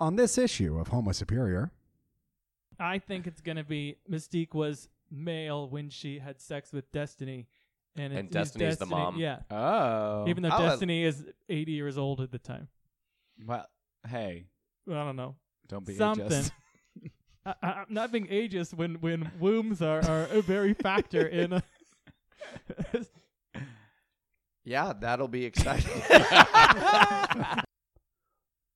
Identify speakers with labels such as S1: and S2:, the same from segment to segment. S1: On this issue of Homo Superior,
S2: I think it's gonna be Mystique was male when she had sex with Destiny, and, it's,
S3: And
S2: he's
S3: Destiny's the
S2: Destiny-
S3: mom.
S2: Yeah,
S4: Oh.
S2: even though
S4: Oh,
S2: Destiny is 80 years old at the time.
S4: Well, hey,
S2: I don't know
S4: don't be
S2: something.
S4: ageist.
S2: I, I, I'm not being ageist when when wombs are, are a very factor in. A
S3: Yeah, that'll be exciting.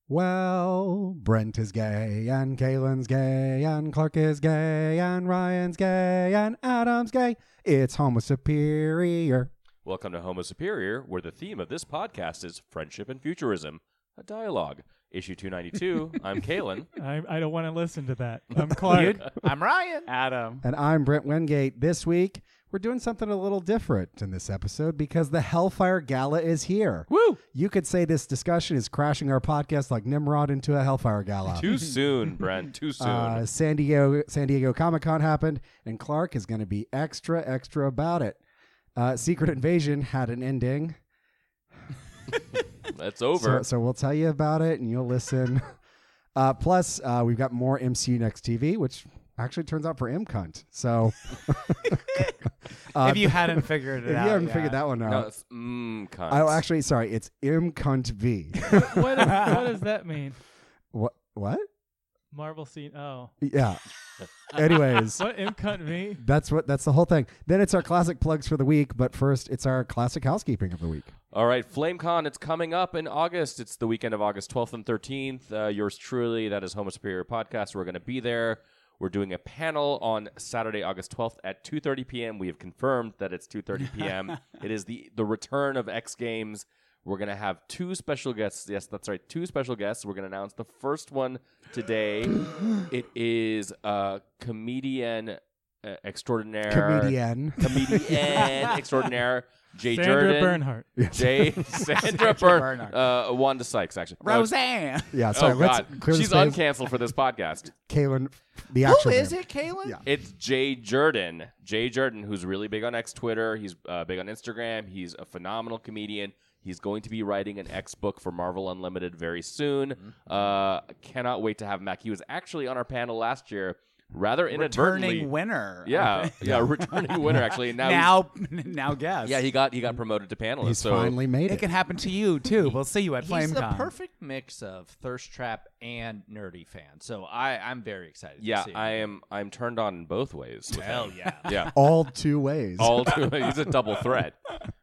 S1: well, Brent is gay, and Kalen's gay, and Clark is gay, and Ryan's gay, and Adam's gay. It's Homo Superior.
S3: Welcome to Homo Superior, where the theme of this podcast is friendship and futurism, a dialogue. Issue 292. I'm Kalen.
S2: I, I don't want to listen to that. I'm Clark.
S4: I'm Ryan. Adam.
S1: And I'm Brent Wingate. This week, we're doing something a little different in this episode because the Hellfire Gala is here.
S2: Woo!
S1: You could say this discussion is crashing our podcast like Nimrod into a Hellfire Gala.
S3: Too soon, Brent. Too soon.
S1: Uh, San Diego San Diego Comic Con happened, and Clark is going to be extra extra about it. Uh, Secret Invasion had an ending,
S3: That's
S1: so,
S3: over.
S1: so we'll tell you about it, and you'll listen. uh, plus, uh, we've got more MCU Next TV, which actually turns out for M cunt. So Uh,
S4: if you hadn't figured it
S1: if you
S4: out,
S1: haven't
S4: yet.
S1: figured that one out,
S3: no, it's, mm, cunts.
S1: Oh, actually, sorry. It's M cunt V.
S2: What, is, what does that mean?
S1: what? What?
S2: Marvel scene. Oh,
S1: Yeah. Anyways,
S2: what imcut me?
S1: that's what. That's the whole thing. Then it's our classic plugs for the week. But first, it's our classic housekeeping of the week.
S3: All right, FlameCon, it's coming up in August. It's the weekend of August 12th and 13th. Uh, yours truly, that is Homo Superior Podcast. We're going to be there. We're doing a panel on Saturday, August 12th at 2.30 p.m. We have confirmed that it's 2.30 p.m. it is the, the return of X Games. We're going to have two special guests. Yes, that's right, two special guests. We're going to announce the first one today. it is uh, comedian uh, extraordinaire.
S1: Comedian.
S3: Comedian extraordinaire. Jay
S2: Sandra
S3: Jordan.
S2: Bernhardt.
S3: Jay Sandra Byrne, uh, Wanda Sykes, actually. No,
S4: Roseanne.
S1: Yeah.
S3: oh
S1: Sorry. let's
S3: God,
S1: clear
S3: she's
S1: the space.
S3: uncanceled for this podcast.
S1: Kalen, the
S4: Who
S1: actual.
S4: is
S1: name.
S4: it, Kaylin?
S1: Yeah.
S3: It's Jay Jordan. Jay Jordan, who's really big on X Twitter. He's uh, big on Instagram. He's a phenomenal comedian. He's going to be writing an X book for Marvel Unlimited very soon. Uh, cannot wait to have him back. He was actually on our panel last year, rather inadvertently.
S4: Returning winner.
S3: Yeah, yeah, returning winner actually. And now, he's-
S4: Now, now guess.
S3: yeah, he got he got promoted to panelist.
S1: He's
S3: so
S1: finally made
S4: It
S1: it.
S4: can happen to you too. We'll see you at FlameCon.
S5: He's the perfect mix of thirst trap and nerdy fan. So I, I'm very excited.
S3: yeah,
S5: to see him.
S3: I am I'm turned on in both ways. with
S5: Hell
S3: him.
S5: yeah!
S3: yeah.
S1: All two ways.
S3: all two. he's a double threat.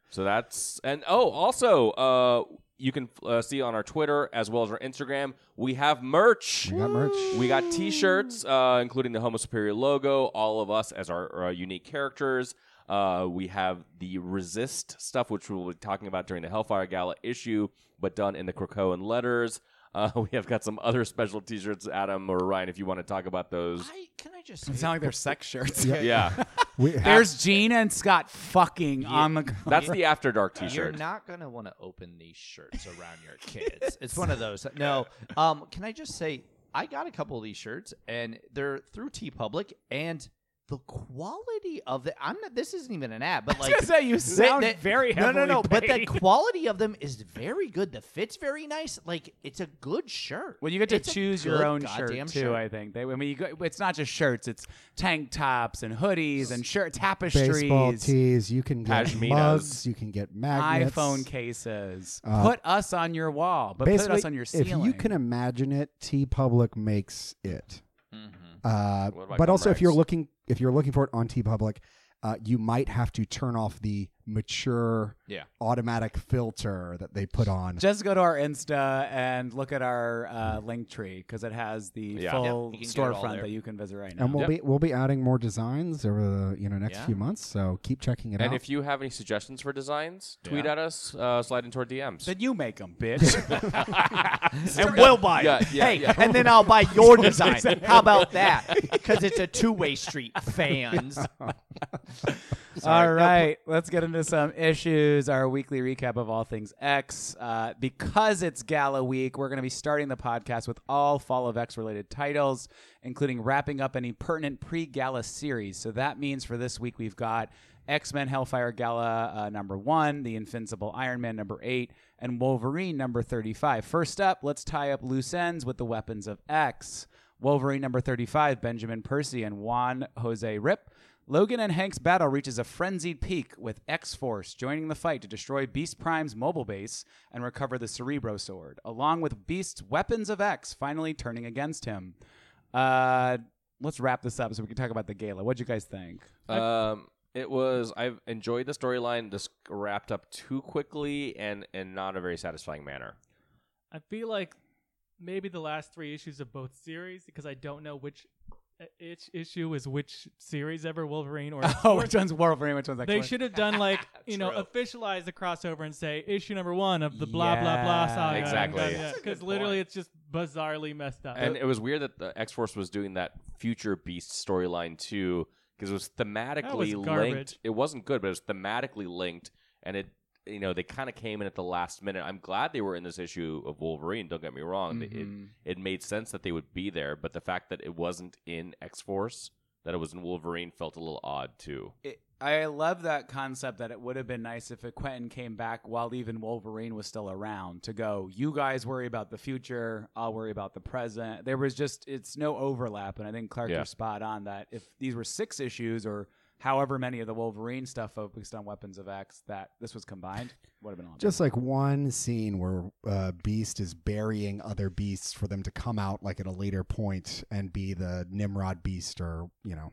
S3: So that's and oh, also, uh, you can uh, see on our Twitter as well as our Instagram, we have merch.
S1: we got merch.
S3: We got T-shirts, uh, including the Homo Superior logo, all of us as our, uh unique characters. Uh, we have the Resist stuff, which we'll be talking about during the Hellfire Gala issue, but done in the Krakoan letters. Uh, we have got some other special T-shirts, Adam or Ryan, if you want to talk about those.
S5: I can I just
S4: It
S5: say,
S4: sound like they're sex shirts.
S3: Yeah,
S1: We-
S4: There's Gina and Scott fucking on the.
S3: that's the After Dark
S5: you're
S3: T-shirt.
S5: not gonna want to open these shirts around your kids. it's one of those. No, um, can I just say I got a couple of these shirts and they're through T Public and the quality of the I'm not. This isn't even an ad, but like
S4: I was gonna say you
S5: They-
S4: sound
S5: they-
S4: very
S5: no
S4: heavily
S5: no no but the
S4: paid.
S5: quality of them is very good the fit's very nice like it's a good shirt
S4: Well, you get to
S5: It's a
S4: choose your
S5: good
S4: own shirt
S5: goddamn
S4: too. I think they. I mean, you go, it's not just shirts; it's tank tops and hoodies and shirt tapestries,
S1: baseball tees. You can get
S3: Pashminas.
S1: mugs. You can get magnets.
S4: iPhone cases.
S1: Uh,
S4: put us on your wall, but put
S1: Basically,
S4: us on your ceiling.
S1: if you can imagine it, T Public makes it. Uh,
S3: Mm-hmm. What about
S1: but also, if
S3: Gumrex?
S1: you're looking, if you're looking for it on T Public, uh, you might have to turn off the mature
S5: Yeah.
S1: automatic filter that they put on.
S4: just go to our Insta and look at our uh, link tree because it has the
S3: Yeah.
S4: full
S5: Yep, you can get it all
S4: storefront
S5: there.
S4: that you can visit right now.
S1: and we'll be we'll be adding more designs over the you know next
S5: Yeah.
S1: few months. So keep checking it
S3: And
S1: out.
S3: if you have any suggestions for designs, tweet at us, uh, slide into our DMs.
S4: then you make them, bitch.
S5: and we'll buy
S3: Yeah,
S5: it.
S3: yeah,
S5: hey,
S3: yeah.
S5: and then I'll buy your design. How about that? Because it's a two-way street, fans.
S4: all right, let's get into some issues. Our weekly recap of all things X. Uh, because it's Gala Week, we're going to be starting the podcast with all Fall of X related titles, including wrapping up any pertinent pre-Gala series. So that means for this week, we've got X Men Hellfire Gala uh, number one, The Invincible Iron Man number eight, and Wolverine number 35. First up, let's tie up loose ends with the weapons of X. Wolverine number 35, Benjamin Percy and Juan Jose Rip. Logan and Hank's battle reaches a frenzied peak with X Force joining the fight to destroy Beast Prime's mobile base and recover the Cerebro Sword, along with Beast's weapons of X finally turning against him. Uh, let's wrap this up so we can talk about the gala. What'd you guys think?
S3: Um, it was. I've enjoyed the storyline. This wrapped up too quickly and in not a very satisfying manner.
S2: I feel like maybe the last three issues of both series because I don't know which uh, each issue is which series ever Wolverine or
S4: Oh, which one's Wolverine? Which one's X?
S2: they should have done like you know officialize the crossover and say issue number one of the blah blah blah
S4: Yeah.
S2: saga
S3: Exactly. That's a
S2: because literally it's just bizarrely messed up.
S3: And it was weird that the X Force was doing that future Beast storyline too, because it was thematically linked.
S2: garbage.
S3: It wasn't good, but it was thematically linked, and it you know they kind of came in at the last minute. I'm glad they were in this issue of Wolverine. Don't get me wrong.
S4: Mm-hmm.
S3: It- It, it made sense that they would be there, but the fact that it wasn't in X Force, that it was in Wolverine, felt a little odd too.
S4: It, I love that concept that it would have been nice if Quentin came back while even Wolverine was still around to go, you guys worry about the future, I'll worry about the present. There was just, it's no overlap. And I think Clark,
S3: Yeah.
S4: you're spot on that if these were six issues or however many of the Wolverine stuff focused on Weapons of X, that this was combined, would have been a lot
S1: Just like one scene where uh, Beast is burying other beasts for them to come out like at a later point and be the Nimrod Beast or you know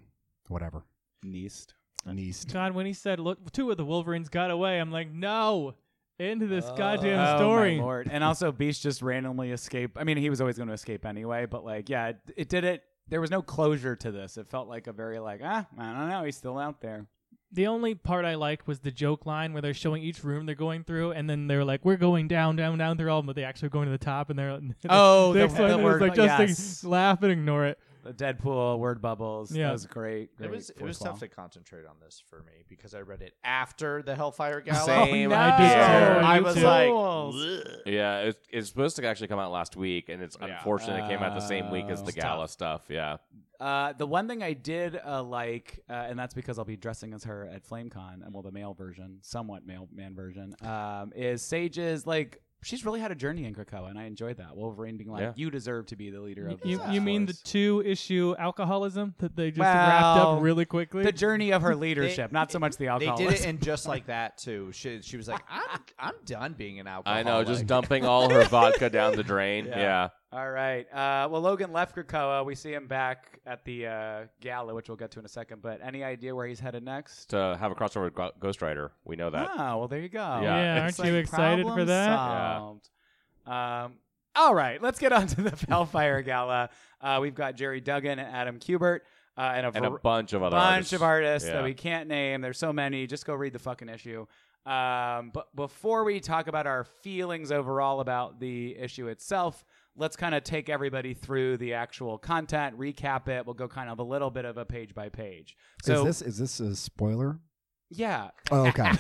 S1: whatever
S4: better. Neist.
S1: Neist.
S2: God, when he said look, two of the Wolverines got away, I'm like no, into this
S4: Oh,
S2: goddamn
S4: my
S2: story.
S4: lord. And also, Beast just randomly escaped. I mean, he was always going to escape anyway, but like, yeah, it, it did it. There was no closure to this. It felt like a very like, ah, I don't know, he's still out there.
S2: The only part I liked was the joke line where they're showing each room they're going through, and then they're like, "We're going down, down, down." They're all, but they actually are going to the top, and they're
S4: Oh, the-
S2: they're explaining
S4: the
S2: it. It's
S4: word-
S2: like just like,
S4: yes.
S2: laugh and ignore it.
S4: The Deadpool word bubbles. Yeah,
S2: Yeah.
S4: that was great. great
S5: it was it
S4: fourth
S5: was
S4: wall.
S5: tough to concentrate on this for me because I read it after the Hellfire Gala.
S3: Same
S4: I
S1: Oh,
S4: did
S5: Yeah.
S2: too.
S5: I
S2: You
S5: was
S2: too.
S5: like,
S4: Fools.
S5: "Ugh."
S3: Yeah, it, it's supposed to actually come out last week, and it's
S5: Yeah.
S3: unfortunate it came out the same week as
S4: Oh.
S3: the gala stuff. Yeah,
S4: Uh, the one thing I did uh, like, uh, and that's because I'll be dressing as her at FlameCon, and well, the male version, somewhat male man version, um, is Sage's like she's really had a journey in Krakoa, and I enjoyed that. Wolverine being like,
S3: Yeah.
S4: "You deserve to be the leader of
S2: You,
S4: this
S2: you mean the
S4: force."
S2: two issue alcoholism that they just
S4: Well,
S2: wrapped up really quickly?
S4: the journey of her leadership, not so much the
S5: They
S4: alcohol.
S5: did it and just like that too. She she was like, I'm I'm done being an
S3: I
S5: alcoholic.
S3: know, just dumping all her vodka down the drain.
S4: Yeah.
S3: yeah.
S4: All right. Uh, well, Logan left Krakoa. We see him back at the uh, gala, which we'll get to in a second. But any idea where he's headed next?
S3: to have a crossover with Go- Ghost Rider. We know that.
S4: Oh, well, there you go.
S3: Yeah.
S2: Yeah,
S4: It's
S2: aren't you
S4: like
S2: excited for
S4: problem
S2: that?
S3: Yeah.
S4: solved. Um, all right, let's get on to the Hellfire Gala. Uh, we've got Jerry Duggan and Adam Kubert uh, and a,
S3: And a
S4: var-
S3: bunch of other
S4: bunch
S3: artists.
S4: of artists
S3: Yeah.
S4: that we can't name. There's so many. Just go read the fucking issue. Um, but before we talk about our feelings overall about the issue itself, let's kind of take everybody through the actual content, recap it. We'll go kind of a little bit of a page by page. So
S1: is this is this a spoiler?
S4: yeah,
S1: Oh, okay.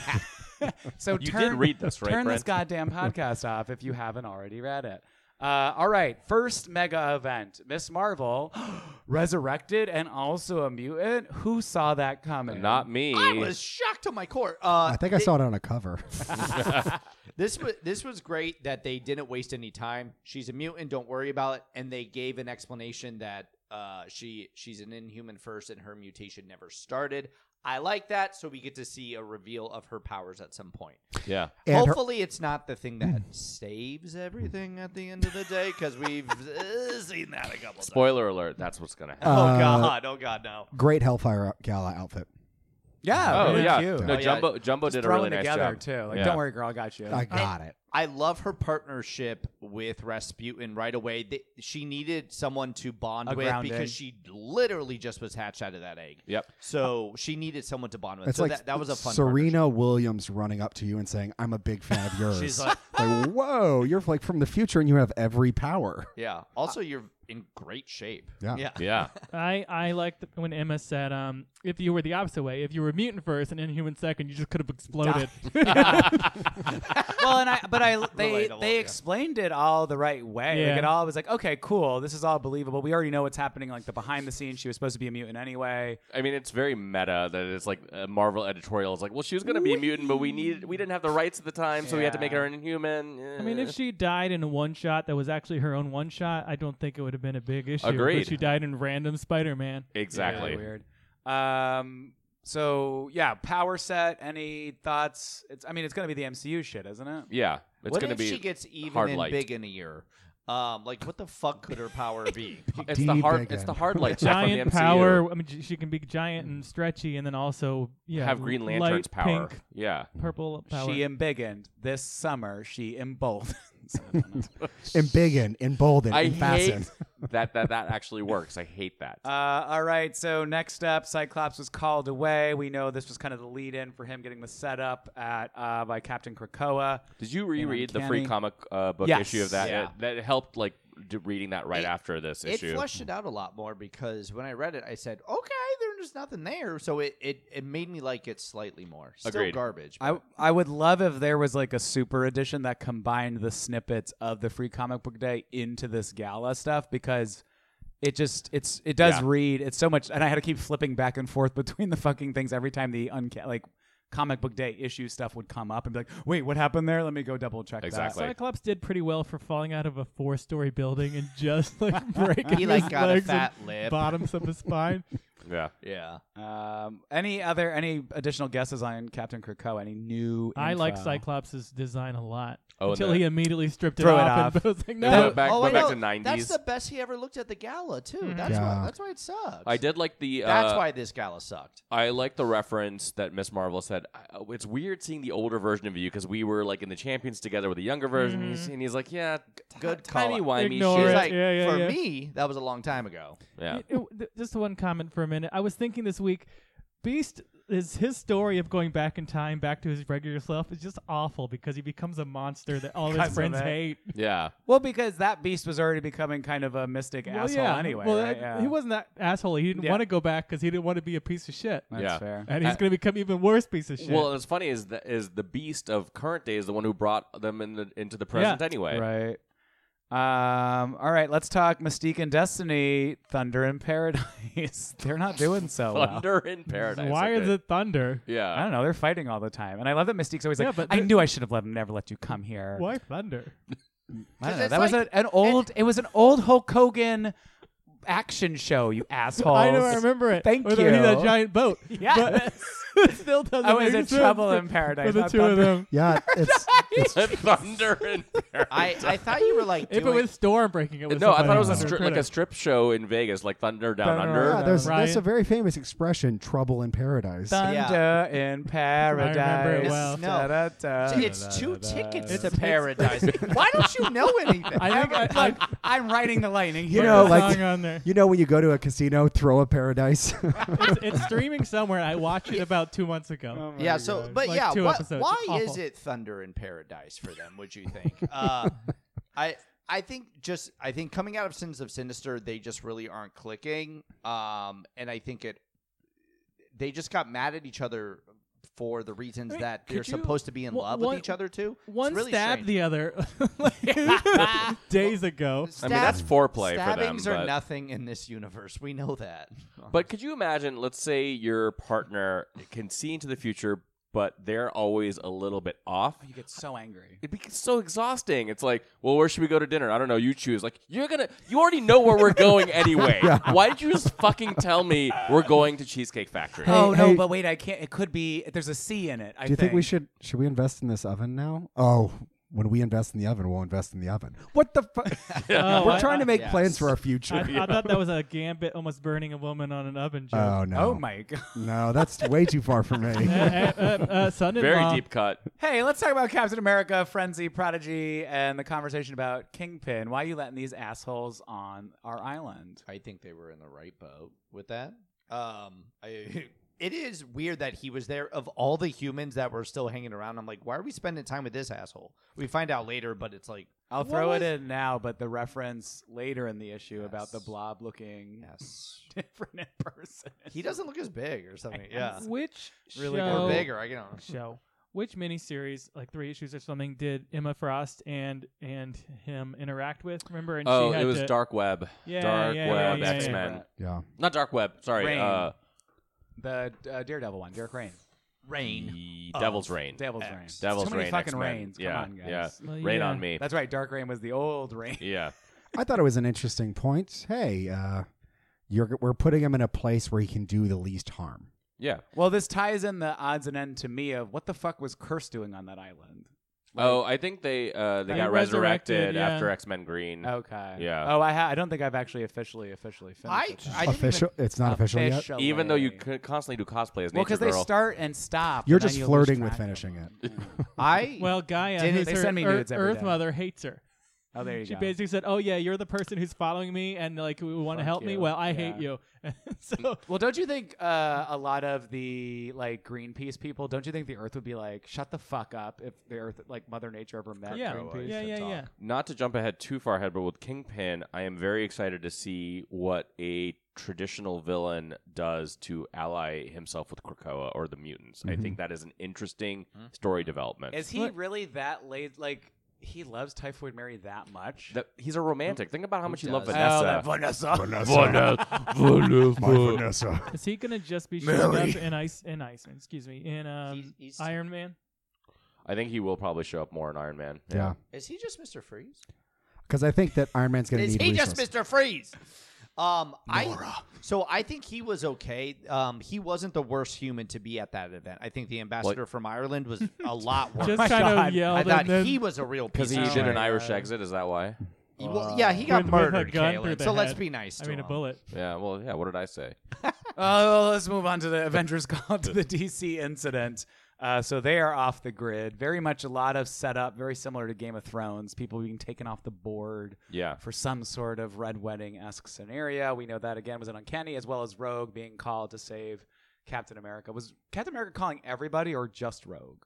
S4: so
S3: You
S4: turn,
S3: did read this, right,
S4: Turn
S3: Brent?
S4: this goddamn podcast off if you haven't already read it. Uh, all right, first mega event: Miss Marvel resurrected and also a mutant. Who saw that coming?
S3: Not me.
S5: I was shocked to my core. Uh,
S1: I think I saw it on a cover.
S5: This was this was great that they didn't waste any time. She's a mutant, don't worry about it. And they gave an explanation that uh, she she's an inhuman first, and her mutation never started. I like that, so we get to see a reveal of her powers at some point.
S3: yeah.
S1: And her- Mm.
S5: Hopefully, it's not the thing that saves everything at the end of the day because we've uh, seen that a couple times.
S3: Spoiler alert. That's what's gonna happen.
S5: Oh
S1: Uh,
S5: god! Oh god! No.
S1: Great Hellfire Gala outfit.
S4: Yeah.
S3: oh
S4: really
S3: yeah.
S4: Cute.
S3: No,
S5: Oh, yeah.
S3: Jumbo. Jumbo did a
S4: Thrown
S3: really nice
S4: together
S3: job
S4: too. Like,
S3: Yeah.
S4: don't worry, girl, I got you.
S1: I got it.
S5: I love her partnership with Rasputin right away. Th- She needed someone to bond
S4: A
S5: with
S4: ground egg.
S5: because she literally just was hatched out of that egg.
S3: Yep.
S5: So she needed someone to bond with.
S1: It's
S5: so
S1: like
S5: that, that was a fun.
S1: Serena Williams running up to you and saying, "I'm a big fan of yours."
S5: She's like-
S1: "Whoa, you're like from the future and you have every power."
S5: partnership. Yeah. Also, you're in great shape.
S1: Yeah.
S5: Yeah.
S3: Yeah.
S2: I I liked when Emma said, um, if you were the opposite way, if you were mutant first and inhuman second, you just could have exploded.
S4: well, and I but but I they
S5: Relatable,
S4: they
S5: yeah.
S4: explained it all the right way.
S2: Yeah.
S4: Like it all was like, okay, cool. This is all believable. We already know what's happening. Like the behind the scenes, she was supposed to be a mutant anyway.
S3: I mean, it's very meta that it's like a Marvel editorial is like, well, she was going to be a mutant, but we needed we didn't have the rights at the time, so we had to make
S4: Yeah.
S3: her an inhuman. Eh.
S2: I mean, if she died in one shot that was actually her own one shot, I don't think it would have been a big issue.
S3: Agreed.
S2: But she died in random Spider Man.
S3: exactly.
S4: Yeah, weird. Um. So yeah, power set. Any thoughts? It's. I mean, it's gonna be the MCU shit, isn't it?
S3: Yeah, it's
S5: what
S3: going to
S5: if
S3: be
S5: she gets even
S3: hard
S5: and
S3: light.
S5: big in a year? Um, like what the fuck could her power be?
S3: it's the hard
S1: Deep
S3: it's
S1: again.
S3: the hard light stuff from the
S2: Giant
S3: MCU.
S2: power. I mean, j- she can be giant and stretchy, and then also yeah,
S3: have Green
S2: light
S3: Lantern's power.
S2: pink,
S3: Yeah,
S2: purple power.
S4: She embiggened this summer. She emboldened. I don't know.
S1: Embiggen, emboldened,
S3: I
S1: fastened.
S3: hate that that that actually works. I hate that.
S4: Uh, all right, so next up, Cyclops was called away. We know this was kind of the lead in for him getting the setup at uh, by Captain Krakoa.
S3: Did you reread the free
S4: Uncanny.
S3: comic uh, book
S4: Yes.
S3: issue of that?
S5: Yeah.
S3: It- that helped, like d- reading that right
S5: It-
S3: after this
S5: it
S3: issue.
S5: fleshed it out a lot more because when I read it, I said, "Okay, there's nothing there," so it it, it made me like it slightly more. Still
S3: Agreed.
S5: garbage.
S4: I I would love if there was like a super edition that combined the snippets of the free comic book day into this gala stuff because it just it's it does
S3: Yeah.
S4: read it's so much and I had to keep flipping back and forth between the fucking things every time the unca- like comic book day issue stuff would come up and be like wait what happened there let me go double check
S3: Exactly.
S2: Cyclops did pretty well for falling out of a four-story building and just like breaking
S5: he like
S2: his
S5: got a
S2: legs
S5: fat
S2: and
S5: lip.
S2: bottoms of his spine.
S3: yeah.
S5: Yeah.
S4: that um any other any additional guesses on Captain Krakoa any new
S2: I like
S4: info?
S2: Cyclops' design a lot
S3: Oh, and
S2: until
S3: the-
S2: he immediately stripped it
S4: Throw it
S2: off.
S4: off.
S2: And was like, no,
S3: But back,
S5: oh,
S3: but
S5: I
S3: back
S5: know.
S3: to nineties. Hmm.
S5: That's the best he ever looked at the gala too. That's
S1: Yeah.
S5: why. That's why it sucks.
S3: I did like the. Uh,
S5: That's why this gala sucked.
S3: I like the reference that Miss Marvel said. "Uh, It's weird seeing the older version of you because we were like in the Champions together with the younger version. He's, and he's like, yeah, t-
S5: Good
S3: tiny
S5: call.
S3: whiny
S2: Mm. Ignore
S5: She's
S2: it.
S3: shit.
S5: like,
S2: Oh, Yeah, yeah,
S5: for
S2: yeah.
S5: me, that was a long time ago.
S3: Yeah.
S2: It- it- th- just one comment for a minute. I was thinking this week, Beast is his story of going back in time, back to his regular self, is just awful because he becomes a monster that all his
S4: Because of
S2: friends
S4: that.
S2: hate.
S3: Yeah.
S4: well because that beast was already becoming kind of a mystic asshole anyway
S2: Well,
S4: right?
S2: that-
S4: yeah.
S2: he wasn't that asshole. He didn't
S4: Yeah.
S2: want to go back because he didn't want to be a piece of shit.
S4: that's
S3: Yeah.
S4: fair
S2: And he's
S3: Uh,
S2: going to become even worse piece of shit.
S3: Well, what's funny is the, is the beast of current day is the one who brought them in the, into the present anyway.
S4: Right. Um, all right, let's talk Mystique and Destiny, Thunder and Paradise. they're not doing so well.
S3: Thunder in paradise.
S2: Oh, Why is
S3: okay.
S2: it thunder?
S4: I
S3: Yeah.
S4: don't know. They're fighting all the time, and I love that Mystique's always
S2: Yeah,
S4: like,
S2: but
S4: "I
S2: they're-
S4: knew I should have let never let you come here."
S2: Why thunder?
S4: I don't
S5: 'Cause
S4: know.
S5: it's
S4: That was
S5: like-
S4: a, an old. It, was an old Hulk Hogan action show. You assholes.
S2: I know, I remember it.
S4: Thank
S2: Or they need that
S4: you.
S2: giant boat.
S4: Yes.
S2: But it still doesn't
S4: I was
S2: make
S4: in
S2: sense
S4: trouble
S2: for-
S4: in paradise.
S2: For the
S4: not
S2: two of
S4: thunder.
S2: them.
S1: Yeah, it's it's
S3: Thunder in paradise.
S5: I, I thought you were like
S2: If
S5: doing,
S2: it was storm breaking, it was
S3: No, I thought it was a
S2: somebody
S3: strip,
S2: else's
S3: like a strip show in Vegas, like Thunder Down
S4: Thunder
S3: Under.
S1: yeah,
S4: Ryan.
S1: there's that's
S2: Ryan.
S1: a very famous expression, trouble in paradise.
S4: Thunder in paradise.
S2: it well.
S5: No.
S4: Da-da-da.
S5: it's two tickets
S2: It's-
S5: to
S2: it's-
S5: paradise. Why don't you know anything?
S2: I think I, I, put
S4: I'm riding the lightning
S1: You
S4: here.
S1: know,
S2: the
S1: like-
S2: song on there.
S1: You know when you go to a casino, throw a paradise.
S2: It's, it's streaming somewhere. I watched it about two months ago.
S5: yeah. So,
S2: God.
S5: but
S2: Like
S5: yeah,
S2: two
S5: what,
S2: episodes.
S5: why
S2: Awful.
S5: is it thunder in paradise for them? Would you think? Uh, I I think just I think coming out of Sins of Sinister, they just really aren't clicking. Um, and I think it they just got mad at each other for the reasons
S2: I mean,
S5: that they're
S2: could you-
S5: supposed to be in
S2: one-
S5: love
S2: one-
S5: with each other too. It's
S2: One
S5: really
S2: stabbed
S5: strange.
S2: the other days ago.
S3: I mean, that's foreplay for them.
S5: Stabbings
S3: but-
S5: are nothing in this universe. We know that.
S3: But could you imagine, let's say your partner can see into the future, but they're always a little bit off?
S4: you get so angry.
S3: It'd be so exhausting. It's like, well, where should we go to dinner? I don't know. You choose. Like, you're gonna, you already know where we're going anyway. Why did you just fucking tell me we're going to Cheesecake Factory?
S1: Hey,
S4: oh no,
S1: hey.
S4: but wait, I can't. It could be. There's a C in it. I
S1: Do you think. we should should we invest in this oven now? Oh, when we invest in the oven, we'll invest in the oven. What the fuck?
S2: Oh,
S1: We're
S2: I-
S1: trying to make
S5: yes.
S1: plans for our
S2: I,
S1: future.
S2: I thought that was a gambit almost burning a woman on an oven joke.
S1: oh no.
S4: Oh my god.
S1: No, that's way too far for me.
S2: Uh, uh, uh, uh, son-in-law.
S3: Very deep cut.
S4: Hey, let's talk about Captain America, Frenzy, Prodigy, and the conversation about Kingpin. Why are you letting these assholes on our island?
S5: I think they were in the right boat with that. Um, I, it is weird that he was there. Of all the humans that were still hanging around, I'm like, why are we spending time with this asshole? We find out later, but it's like,
S4: I'll throw
S5: was-
S4: it in now, but the reference later in the issue about the blob looking
S5: yes,
S4: different in person.
S5: he doesn't look as big or something. Yeah,
S2: Which
S4: Really
S2: show,
S5: or bigger. I don't know.
S2: show which miniseries, like three issues or something, did Emma Frost and and him interact with? Remember? And
S3: oh,
S2: she had
S3: it was
S2: to-
S3: Dark Web.
S2: Yeah,
S3: Dark
S2: yeah,
S3: Web
S2: yeah, yeah,
S3: X Men.
S4: yeah.
S1: Yeah.
S3: Not Dark Web. Sorry.
S4: Rain.
S3: Uh,
S4: The uh, Daredevil one, Derek Rain.
S5: Rain.
S3: the
S2: Oh,
S3: Devil's Rain.
S4: Devil's
S5: X.
S4: Rain.
S3: Devil's
S4: Too many
S3: Rain.
S4: fucking
S3: X-Men.
S4: rains. Come
S3: Yeah,
S4: on, guys.
S3: yeah.
S2: Well,
S3: Rain
S2: yeah.
S3: on me.
S4: That's right. Dark Rain was the old Rain.
S3: yeah.
S1: I thought it was an interesting point. Hey, uh, you're we're putting him in a place where he can do the least harm.
S3: Yeah.
S4: Well, this ties in the odds and end to me of what the fuck was Curse doing on that island?
S3: oh, I think they uh, they
S2: They
S3: got
S2: resurrected,
S3: resurrected,
S2: yeah.
S3: after X Men Green.
S4: Okay.
S3: Yeah.
S4: Oh, I ha- I don't think I've actually officially officially finished.
S5: I,
S4: it.
S5: I didn't
S1: official? It's not official yet.
S4: Officially.
S3: Even though you could constantly do cosplay as
S4: well,
S3: Nature
S4: because they
S3: Girl.
S4: start and stop.
S1: You're
S4: and then
S1: just
S4: you lose
S1: flirting with
S4: track of
S1: finishing
S4: them.
S5: even- I
S2: Well, Gaia,
S4: Didn't
S2: who's
S4: they
S2: her
S4: send me
S2: Ear-
S4: nudes every
S2: Earth
S4: day.
S2: Mother, hates her.
S4: Oh, there you
S2: She
S4: go.
S2: basically said, "Oh yeah, you're the person who's following me, and like we want to
S4: Fuck
S2: help me.
S4: you.
S2: Well, I
S4: Yeah.
S2: hate you." so
S4: Well, don't you think uh, a lot of the like Greenpeace people? Don't you think the Earth would be like, shut the fuck up if the Earth, like Mother Nature, ever met
S2: yeah,
S4: Greenpeace?
S2: yeah, yeah, yeah.
S3: Not to jump ahead too far ahead, but with Kingpin, I am very excited to see what a traditional villain does to ally himself with Krakoa or the mutants. I think that is an interesting story development.
S4: Is he
S2: What-
S4: really that late? Like he loves Typhoid Mary that much?
S3: That- he's a romantic. Think about how much you love
S5: does?
S4: Oh,
S3: Vanessa.
S4: that Vanessa.
S1: Vanessa.
S2: is he gonna just be showing up in Ice in Ice? Excuse me, in um,
S5: He's- he's-
S2: Iron Man.
S3: I think he will probably show up more in Iron Man.
S1: Yeah.
S5: Is he just Mr. Freeze?
S1: Because I think that Iron Man's going to
S5: Is
S1: need
S5: he
S1: resources.
S5: just Mr. Freeze? Um, I so I think he was okay. Um, he wasn't the worst human to be at that event. I think the ambassador from Ireland was a lot worse.
S2: Just
S4: my
S2: kind
S4: God.
S2: of yelled.
S5: Oh I thought
S2: and then-
S5: he was a real
S3: Because
S5: piece.
S3: he
S5: of
S3: did
S5: shit.
S3: an Irish exit, is that why?
S5: Well, yeah, he
S2: Uh,
S5: got
S2: With- with a
S5: murdered.
S2: gun
S5: Kalen,
S2: through the
S5: so let's
S2: head.
S5: be nice. To
S2: I mean, a
S5: him.
S2: bullet.
S3: Yeah, well, yeah, what did I say?
S4: Uh, well, let's move on to the Avengers call to the DC incident. Uh, so they are off the grid. Very much a lot of setup, very similar to Game of Thrones. People being taken off the board
S3: Yeah.
S4: for some sort of Red Wedding esque scenario. We know that again was an uncanny, as well as Rogue being called to save Captain America. Was Captain America calling everybody or just Rogue?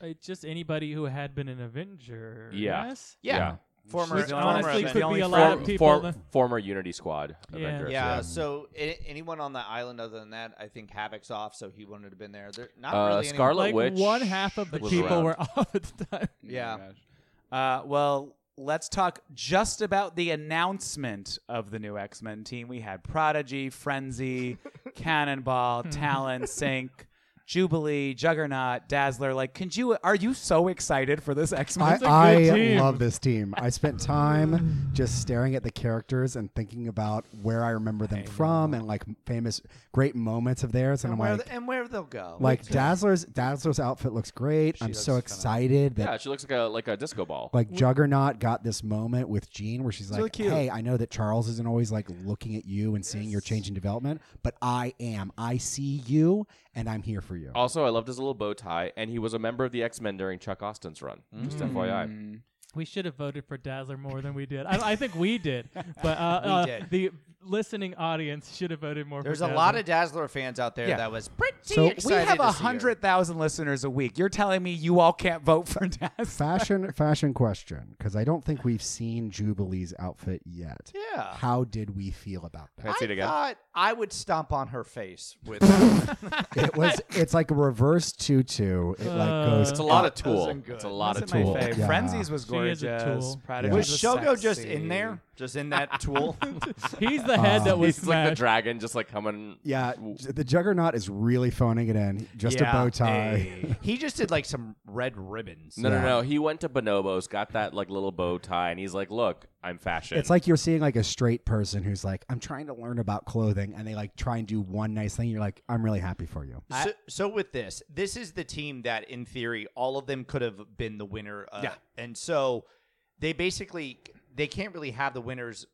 S2: Uh, just anybody who had been an Avenger.
S3: Yeah.
S2: Yes.
S5: Yeah,
S3: Yeah.
S5: former.
S4: Which
S5: former
S2: honestly
S5: event.
S2: could be
S4: only
S2: a
S4: form-
S2: lot
S3: Form-
S2: of people.
S3: form-
S2: that-
S3: former Unity Squad
S2: Yeah.
S3: Avengers.
S5: Yeah, so a- anyone on the island other than that, I think Havoc's off, so he wouldn't have been there. There, not
S3: Uh,
S5: really. anyone-
S3: Scarlet
S2: like
S3: Witch
S2: one half of the
S3: was
S2: people
S3: around.
S2: were off at the time.
S5: Yeah.
S4: Uh, well, let's talk just about the announcement of the new X Men team. We had Prodigy, Frenzy, Cannonball, Talon, Sync, Jubilee, Juggernaut, Dazzler. Like, can you? Are you so excited for this X Men?
S1: I,
S2: That's a good
S1: I
S2: team.
S1: love this team. I spent time just staring at the characters and thinking about where I remember them from and like famous great moments of theirs. And,
S5: and
S1: I'm
S5: where,
S1: like,
S5: the- and where they'll go?
S1: like Dazzler's Dazzler's outfit looks great. I'm so
S4: looks
S1: excited that
S3: Yeah, she looks like a like a disco ball.
S1: like Juggernaut got this moment with Jean where she's like,
S4: really cute.
S1: "Hey, I know that Charles isn't always like looking at you and seeing your change in development, but I am. I see you, and I'm here for you."
S3: also, I loved his little bow tie, and he was a member of the X Men during Chuck Austin's run. Just
S1: Mm.
S3: FYI.
S2: We should have voted for Dazzler more than we did. I, I think we did, but uh,
S5: We
S2: uh,
S5: did.
S2: the listening audience should have voted more.
S5: There's
S2: for
S5: a lot of Dazzler fans out there
S4: Yeah.
S5: that was pretty
S1: So we
S5: excited.
S4: we have
S5: to
S4: a
S5: see her.
S4: hundred thousand listeners a week. You're telling me you all can't vote for Dazzler?
S1: Fashion, fashion question, because I don't think we've seen Jubilee's outfit yet.
S5: Yeah.
S1: How did we feel about
S3: Can I
S1: that?
S3: see it
S5: I
S3: again?
S5: thought I would stomp on her face with.
S1: it was. It's like a reverse tutu. It like goes.
S3: Uh, It's a lot of
S5: That wasn't
S3: tool.
S5: good.
S3: It's a lot
S4: That's
S3: of
S4: my
S3: tool.
S4: fave.
S1: Yeah.
S4: Frenzies was
S2: She
S4: gorgeous.
S2: is a tool.
S4: Prodigy
S1: Yeah.
S5: was
S4: was
S5: Shogo just
S4: sexy.
S5: in there? Just in that tool?
S2: He's the head that was
S3: He's like the
S2: smashed.
S3: dragon, just like coming.
S1: yeah, the Juggernaut is really phoning it in. Just a bow tie.
S5: Hey. he just did like some red ribbons.
S3: No, no, no. He went to Bonobos, got that like little bow tie, and he's like, "Look, I'm fashion."
S1: It's like you're seeing like a straight person who's like, I'm trying to learn about clothing, and they like try and do one nice thing. You're like, I'm really happy for you.
S5: So, so with this, this is the team that, in theory, all of them could have been the winner. Uh,
S4: Yeah.
S5: And so they basically they can't really have the winners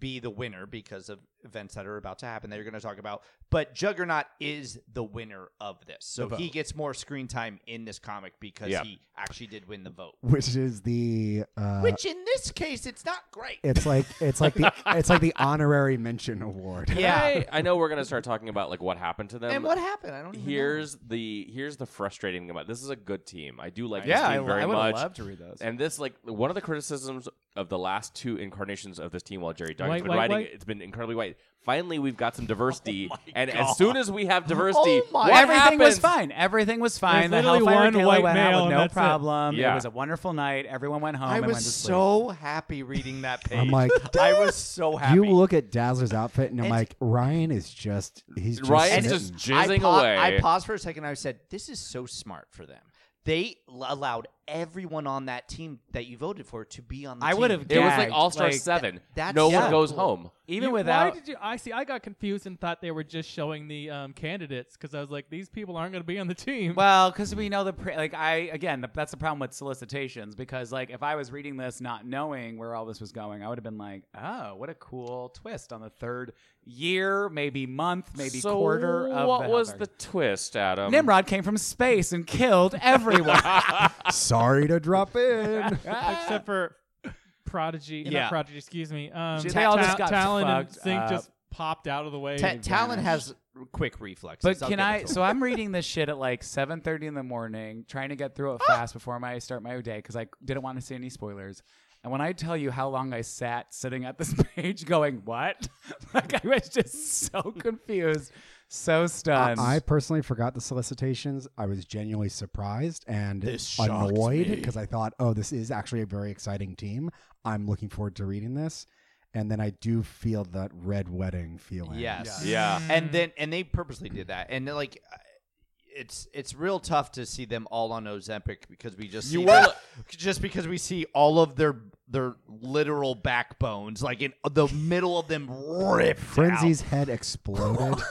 S5: be the winner because of events that are about to happen that you're going to talk about. But Juggernaut is the winner of this, so he gets more screen time in this comic because
S3: Yeah.
S5: he actually did win the vote.
S1: Which is the uh,
S5: Which in this case, it's not great.
S1: it's like it's like the it's like the honorary mention award.
S5: yeah.
S3: I, I know we're gonna start talking about like what happened to them.
S5: and what happened? I don't even know.
S3: Here's the here's the frustrating thing about this is a good team. I do like
S4: Yeah,
S3: this
S4: I,
S3: team very
S4: I would
S3: much.
S4: love to read those.
S3: And this, like, one of the criticisms of the last two incarnations of this team while Jerry Dog
S2: White,
S3: has been
S2: white,
S3: writing
S2: white?
S3: it. It's been incredibly white. Finally, we've got some diversity, and as soon as we have diversity,
S5: Oh my-
S3: what
S4: Everything
S3: happens?
S4: was fine. Everything was fine. The
S2: There's literally
S4: Hellfire
S2: one
S4: Gala
S2: white
S4: went out
S2: male
S4: with
S2: and
S4: no
S2: that's it.
S4: problem.
S3: Yeah.
S4: It was a wonderful night. Everyone went home
S5: I
S4: and went
S5: was
S4: to sleep.
S5: so happy reading that page.
S1: I'm like,
S5: I was so happy.
S1: You look at Dazzler's outfit, and I'm
S5: And-
S1: like, Ryan is just he's just
S3: Ryan's
S1: sitting.
S3: just
S5: I
S3: jizzing
S5: pa-
S3: away.
S5: I paused for a second. I said, "This is so smart for them. They l- allowed everyone on that team that you voted for to be on the
S4: I
S5: team.
S4: would have
S3: it was
S4: gagged.
S3: like All Star
S4: Like,
S3: Seven.
S5: that's
S3: no
S5: so
S3: one goes
S5: cool.
S3: home.
S4: even
S2: You- Why
S4: without
S2: did you? I see. I got confused and thought they were just showing the um, candidates because I was like, these people aren't going to be on the team.
S4: Well, because we know the pre- like I again the, that's the problem with solicitations because like if I was reading this not knowing where all this was going, I would have been like, oh, what a cool twist on the third year, maybe month, maybe
S3: so
S4: quarter of
S3: what
S4: the
S3: was the
S4: Hellfire.
S3: twist, Adam?
S4: Nimrod came from space and killed everyone.
S1: sorry to drop in.
S2: except for Prodigy.
S4: Yeah.
S2: Not Prodigy, excuse me. Um,
S4: She-
S2: She,
S4: they all just got
S2: Talon and
S4: fucked
S2: Sync
S4: up.
S2: just popped out of the way.
S5: Ta- Talon
S4: vanished.
S5: has r- quick reflexes.
S4: But
S5: I'll
S4: can
S5: give it
S4: I?
S5: to
S4: So
S5: him.
S4: I'm reading this shit at like 7:30 in the morning, trying to get through it fast before my, I start my day because I didn't want to see any spoilers. And when I tell you how long I sat sitting at this page, going what? like I was just so confused, so stunned.
S1: I personally forgot the solicitations. I was genuinely surprised and
S5: This shocked
S1: annoyed
S5: me.
S1: because I thought, oh, this is actually a very exciting team. I'm looking forward to reading this. And then I do feel that red wedding feeling.
S5: Yes.
S3: Yeah.
S5: and then and they purposely did that, and they're like. uh, It's it's real tough to see them all on Ozempic because we just
S3: You
S5: see
S3: were-
S5: them- just because we see all of their their literal backbones like in the middle of them ripped
S1: Frenzy's
S5: out.
S1: head exploded.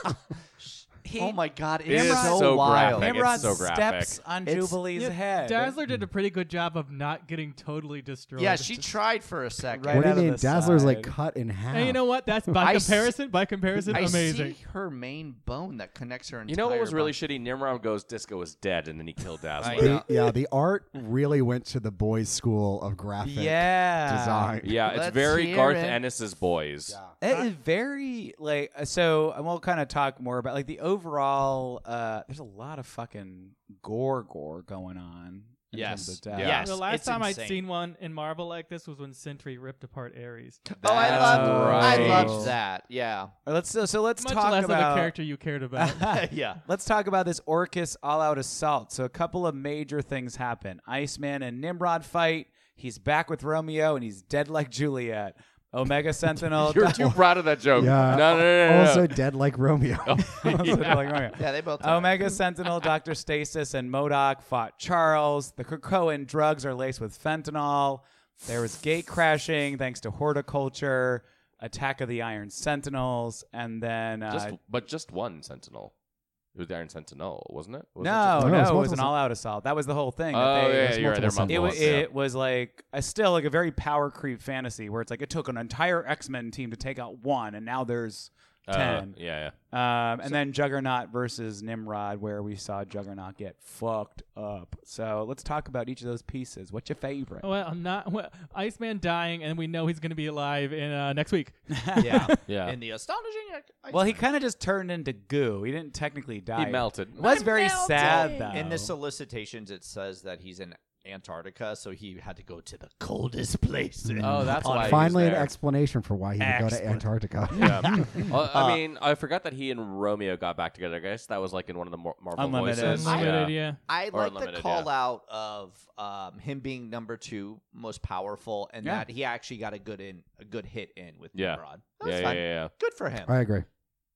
S5: oh my god it
S3: It
S5: is
S3: is
S5: so,
S3: so
S5: wild
S3: graphic.
S4: Nimrod
S3: so graphic.
S4: steps on
S5: It's-
S4: Jubilee's
S2: Yeah,
S4: head.
S2: Dazzler did a pretty good job of not getting totally destroyed.
S5: Yeah, she tried for a second.
S4: Right
S1: what do
S4: out
S1: you
S4: of
S1: mean?
S4: the
S1: Dazzler's like
S4: side.
S1: cut in half.
S2: And you know what? That's by
S5: I s-
S2: comparison. by comparison,
S5: I
S2: amazing.
S5: see her main bone that connects her. Entire
S3: You know what was really
S5: body.
S3: shitty? Nimrod goes, Disco is dead, and then he killed
S5: I
S3: Dazzler.
S5: know.
S1: The- yeah, the art really went to the boys' school of graphic
S4: yeah,
S1: design.
S3: yeah, it's
S5: Let's
S3: very
S5: hear
S3: Garth
S5: it.
S3: Ennis's boys.
S4: It is very like uh, so. And we'll kind of talk more about like the overall. uh There's a lot of fucking gore, gore going on. in
S5: Yes.
S4: terms of death.
S3: Yeah.
S5: Yes.
S2: The last
S5: it's
S2: time
S5: insane.
S2: I'd seen one in Marvel like this was when Sentry ripped apart Ares.
S5: Oh, I
S3: That's
S5: loved.
S3: right.
S5: I loved that. Yeah.
S4: Or let's so, so let's
S2: Much
S4: talk
S2: less
S4: about
S2: of a character you cared about.
S5: yeah.
S4: Let's talk about this Orcus all-out assault. So a couple of major things happen. Iceman and Nimrod fight. He's back with Romeo, and he's dead like Juliet. Omega Sentinel.
S3: You're too proud of that joke.
S1: Yeah.
S3: No, no, no, no, Oh, no.
S1: Also dead like Romeo.
S4: Also dead like Romeo.
S5: Yeah, they both.
S3: Oh,
S4: Omega Sentinel, Dr. Stasis, and Modoc fought Charles. The Krakoan drugs are laced with fentanyl. There was gate crashing thanks to horticulture, attack of the Iron Sentinels, and then. Uh,
S3: Just, but just one Sentinel. It was the Iron Sentinel, wasn't it? Was it
S4: no,
S1: just-
S4: no,
S1: No, it's
S4: it was an
S1: multiple-
S4: all out assault. That was the whole thing. that
S3: Oh,
S4: they-
S3: yeah,
S4: it was
S3: you're right,
S4: multiple
S3: there were
S4: sentinels. it,
S3: multiple
S4: wa-
S3: ones, yeah.
S4: it was like a, still like a very power creep fantasy where it's like it took an entire X Men team to take out one, and now there's
S3: just- uh,
S4: ten.
S3: yeah, yeah.
S4: Um, and then Juggernaut versus Nimrod, where we saw Juggernaut get fucked up. So let's talk about each of those pieces. What's your favorite?
S5: Oh,
S2: well, I'm not. Well, Iceman dying, and we know he's going to be alive in uh, next week.
S5: Yeah.
S3: Yeah.
S5: In the astonishing.
S4: Well, he kind of just turned into goo. He didn't technically die.
S3: He melted.
S4: It was very sad, though.
S5: in the solicitations it says that he's in Antarctica, so he had to go to the coldest places.
S3: Oh, that's why. he was
S1: Finally, an
S3: there.
S1: explanation for why he would go to
S5: Explan-
S1: Antarctica.
S3: Yeah. Well, I mean, I forgot that he and Romeo got back together. I guess that was like in one of the Mar- Marvel
S4: Unlimited.
S3: voices.
S2: Unlimited,
S3: Yeah.
S2: yeah.
S5: I
S3: Or
S5: like the
S3: unlimited,
S5: call
S3: yeah.
S5: out of um, him being number two most powerful, and
S4: Yeah.
S5: that he actually got a good in, a good hit in with
S3: Yeah.
S5: Nimrod. That
S3: Yeah,
S5: was
S3: yeah,
S5: fun.
S3: yeah, yeah.
S5: Good for him.
S1: I agree.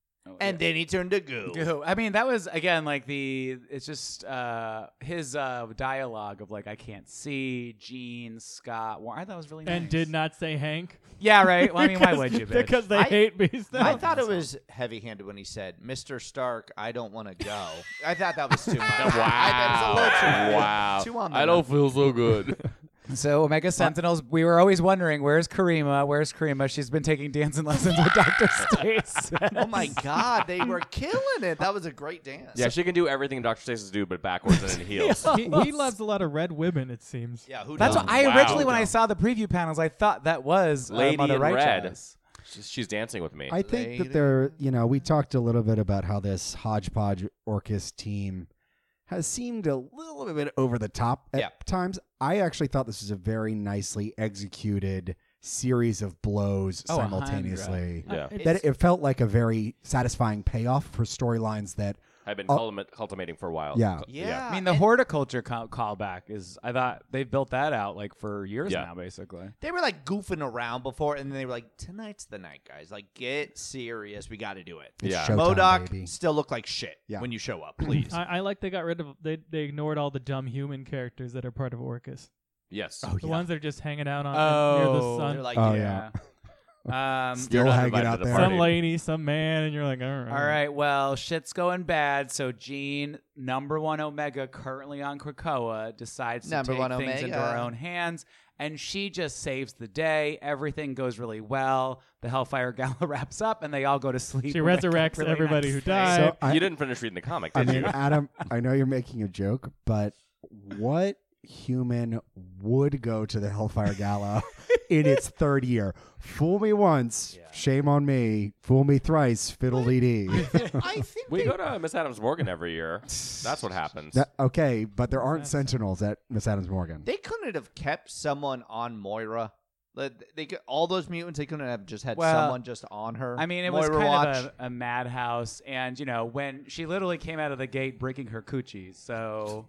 S5: And then he turned to goo.
S4: Goo. I mean, that was again like the. It's just uh, his uh, dialogue of like I can't see Gene Scott. Warren. I thought it was really nice.
S2: And did not say Hank.
S4: Yeah, right. Well, I mean, why
S2: Because-
S4: would you? Bitch?
S2: Because they
S5: I-
S2: hate Beast.
S5: I thought it was heavy handed when he said, Mr. Stark, I don't want to go. I thought that was too much. I
S3: Wow.
S5: thought it was a little too much.
S3: wow.
S5: Too on the
S3: I don't feel so good.
S4: So Omega Sentinels, we were always wondering where's Karima? Where's Karima? She's been taking dancing lessons with Doctor Stace.
S5: Oh my God, they were killing it. That was a great dance.
S3: yeah, she can do everything Dr. Stasis do, but backwards and in heels.
S2: He, he loves a lot of red women, it seems.
S5: Yeah, who
S4: That's
S5: knows?
S4: what I
S3: Wow.
S4: originally when I saw the preview panels, I thought that was uh,
S3: Lady
S4: Mother
S3: in
S4: Righteous.
S3: Red. She's, she's dancing with me.
S1: I think
S5: Later.
S1: that they're, you know, we talked a little bit about how this hodgepodge Orcus team has seemed a little bit over the top at
S5: Yeah.
S1: times. I actually thought this was a very nicely executed series of blows
S4: Oh, a hundred.
S1: simultaneously.
S3: Yeah.
S2: Uh, it's-
S1: That it felt like a very satisfying payoff for storylines that
S3: I've been
S1: Oh.
S3: culmi- cultivating for a while.
S1: Yeah.
S3: Cu-
S5: Yeah.
S4: I
S2: Uh,
S4: mean, the
S5: and
S4: horticulture co- callback is. I thought they built that out like for years
S3: Yeah.
S4: now, basically.
S5: they were like goofing around before, and then they were like, "Tonight's the night, guys. Like, get serious. We got to do it."
S1: it's
S3: Yeah.
S1: showtime,
S5: Modoc
S1: baby.
S5: still look like shit
S1: Yeah.
S5: when you show up. Please.
S2: I, I like they got rid of they they ignored all the dumb human characters that are part of Orcus.
S3: Yes.
S1: Oh,
S2: The
S1: yeah.
S2: ones that are just hanging out on near the
S4: Oh,
S2: sun.
S5: They're like,
S1: Oh,
S5: yeah.
S1: yeah.
S4: Um,
S1: Still
S3: not
S1: hanging
S3: invited
S1: out
S3: to the
S1: there.
S3: party.
S2: some lady, some man, and you're like, all right,
S4: All right, well, shit's going bad. So Gene, number one Omega, currently on Krakoa, decides
S5: Number
S4: to take
S5: one
S4: things into her
S5: Omega.
S4: own hands, and she just saves the day. Everything goes really well. The Hellfire Gala wraps up, and they all go to sleep.
S2: She
S4: and wake up
S2: resurrects
S4: really
S2: everybody who
S4: nice.
S2: died.
S1: So I,
S3: you didn't finish reading the comic,
S1: I
S3: did
S1: mean,
S3: you?
S1: Adam, I know you're making a joke, but what human would go to the Hellfire Gala in its third year? Fool me once, shame on me. Fool me thrice, fiddle dee dee.
S5: I think
S3: We
S5: they-
S3: go to Miss Adams Morgan every year. That's what happens.
S1: That- okay, but there aren't sentinels at Miss Adams Morgan.
S5: they couldn't have kept someone on Moira. Like, They could, all those mutants, they couldn't have just had
S4: Well,
S5: someone just on her.
S4: I mean, it
S5: Moira
S4: was kind
S5: watch.
S4: of a, a madhouse, and you know when she literally came out of the gate breaking her coochies. So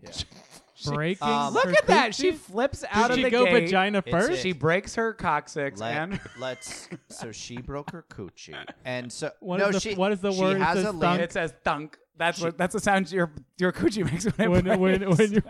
S2: breaking.
S5: Um,
S4: look
S2: her
S4: at that, she
S2: coochie?
S4: flips out
S2: Did
S4: of
S2: she
S4: the
S2: go
S4: gate.
S2: vagina
S5: It's
S2: first?
S5: it.
S4: She breaks her coccyx and
S5: Let, let's. So she broke her coochie, and so
S2: What
S5: no,
S2: is the-
S5: she.
S2: what is the
S5: she
S2: word? It
S5: Has
S2: says
S5: a
S2: thunk.
S5: link.
S4: it says thunk. That's what that's the sound your your coochie makes when it
S2: when when
S4: breaks.
S2: when you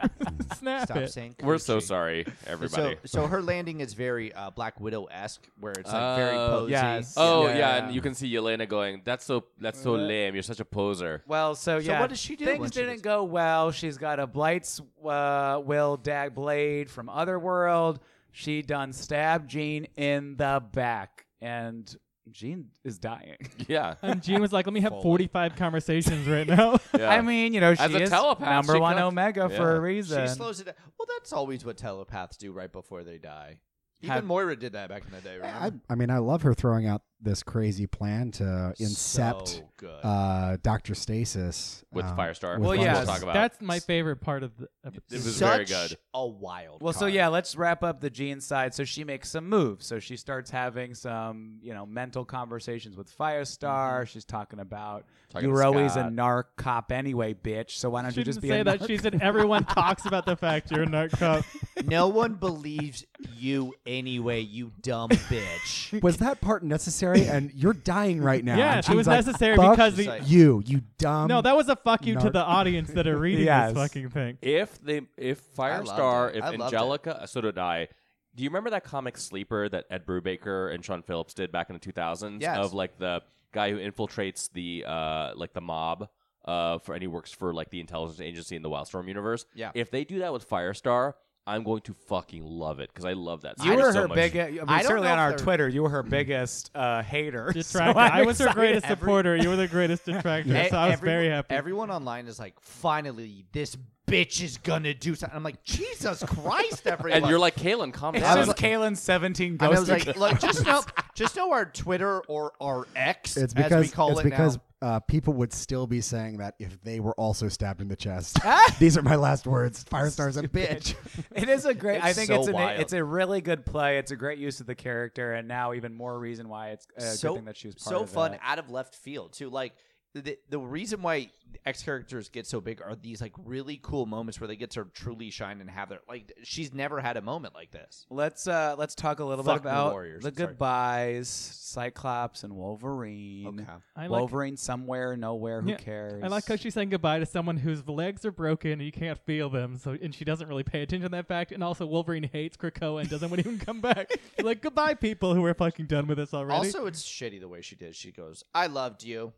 S2: snap
S5: Stop
S2: it.
S5: saying.
S3: We're so
S5: coochie.
S3: sorry,
S5: So,
S3: everybody.
S5: so her landing is very uh, Black Widow esque, where it's like very
S3: Oh.
S5: posy.
S4: Yes.
S3: oh
S4: Yeah.
S3: yeah. and you can see Yelena going. That's so. That's so lame. You're such a poser.
S4: Well, so
S5: So
S4: Oh, yeah.
S5: what does she do when
S4: Things
S5: she
S4: didn't
S5: gets-
S4: go well. She's got a Blight's uh, Will Dag Blade from Otherworld. She done stabbed Jean in the back, and Jean is dying.
S3: Yeah.
S2: And Gene was like, "Let me have 45 conversations right now."
S3: yeah.
S4: I mean, you know, she
S3: As a
S4: is
S3: telepath,
S4: number
S3: she
S4: one
S3: comes-
S4: Omega
S3: Yeah.
S4: for a
S3: She
S4: reason.
S5: She slows it down. Well, that's always what telepaths do right before they die. Even
S4: Have-
S5: Moira did that back in the day. Remember?
S1: I, I mean, I love her throwing out this crazy plan to incept
S5: So good.
S1: uh, Doctor Stasis
S3: With
S1: um,
S3: Firestar.
S1: with
S4: Well,
S1: Firestar.
S4: yeah,
S3: We'll talk about.
S2: That's my favorite part of the
S3: It
S2: episode.
S3: was very
S5: Such
S3: good.
S5: A wild.
S4: Well, so
S5: card.
S4: yeah, let's wrap up the Jean side. So she makes some moves. So she starts having some, you know, mental conversations with
S5: Mm-hmm.
S4: Firestar. She's talking about
S3: Talking
S4: you
S3: to
S4: were always a
S3: Scott.
S4: narc cop anyway, bitch. So why don't
S2: She
S4: you
S2: didn't
S4: just be
S2: say
S4: a
S2: that.
S4: narc?
S2: She said everyone talks about the fact you're a nut cup.
S5: no one believes you anyway. You dumb bitch.
S1: Was that part necessary? And you're dying right now.
S2: Yes,
S1: And
S2: it was
S1: she's like, "Um,
S2: necessary
S1: "Fuck
S2: because
S5: She's
S2: the
S5: like-
S1: you, you dumb.
S2: no, that was a fuck you to
S1: Narc.
S2: the audience that are reading
S4: Yes.
S2: this fucking thing.
S3: If they, if
S5: loved
S3: Firestar,
S5: it.
S3: if
S5: I loved
S3: Angelica, uh, so did I. Do you remember that comic Sleeper that Ed Brubaker and Sean Phillips did back in the 2000s?
S5: Yes.
S3: Of like the guy who infiltrates the uh like the mob uh for and he works for like the intelligence agency in the Wildstorm universe.
S5: Yeah.
S3: If they do that with Firestar, I'm going to fucking love it because I love that.
S4: You
S3: series
S4: were
S3: so
S4: her uh,
S3: much.
S4: biggest. I mean,
S5: I don't
S4: certainly
S5: know
S4: on
S5: if
S4: our
S5: they're-
S4: Twitter, you were her biggest uh, hater. So
S2: Detractor.
S4: I'm
S2: I was her
S4: excited.
S2: greatest supporter. You were the greatest detractor.
S5: E-
S2: so I was
S5: everyone-
S2: very happy.
S5: Everyone online is like, finally, this bitch is gonna do something. I'm like, Jesus Christ, everyone.
S3: And you're like, Kaylin, calm
S4: It's
S3: down.
S4: just Kaylin's 17
S5: And I was
S4: ghost.
S5: like, look, just know, just know our Twitter or our X,
S1: It's because
S5: as we call
S1: it's
S5: it
S1: because
S5: now.
S1: Uh, people would still be saying that if they were also stabbed in the chest.
S5: Ah!
S1: These are my last words. Firestar's a bitch.
S4: It is a great. I think
S5: so
S4: it's an,
S5: wild.
S4: it's a really good play. It's a great use of the character, and now even more reason why it's a good thing that she was part
S5: so
S4: of
S5: fun
S4: it.
S5: out of left field too. Like the the reason why X characters get so big are these like really cool moments where they get to truly shine and have their like. She's never had a moment like this.
S4: Let's uh let's talk a little
S5: Fuck
S4: bit
S5: the
S4: about
S5: Warriors,
S4: the
S5: I'm sorry.
S4: goodbyes, Cyclops and Wolverine.
S2: I like-
S4: Wolverine somewhere, nowhere, who
S2: Yeah.
S4: cares?
S2: I like how she's saying goodbye to someone whose legs are broken and you can't feel them. So and she doesn't really pay attention to that fact. And also Wolverine hates Krakoa and doesn't want to even come back. She's like goodbye, people who are fucking done with this already.
S5: Also, it's shitty the way she did. She goes, "I loved you,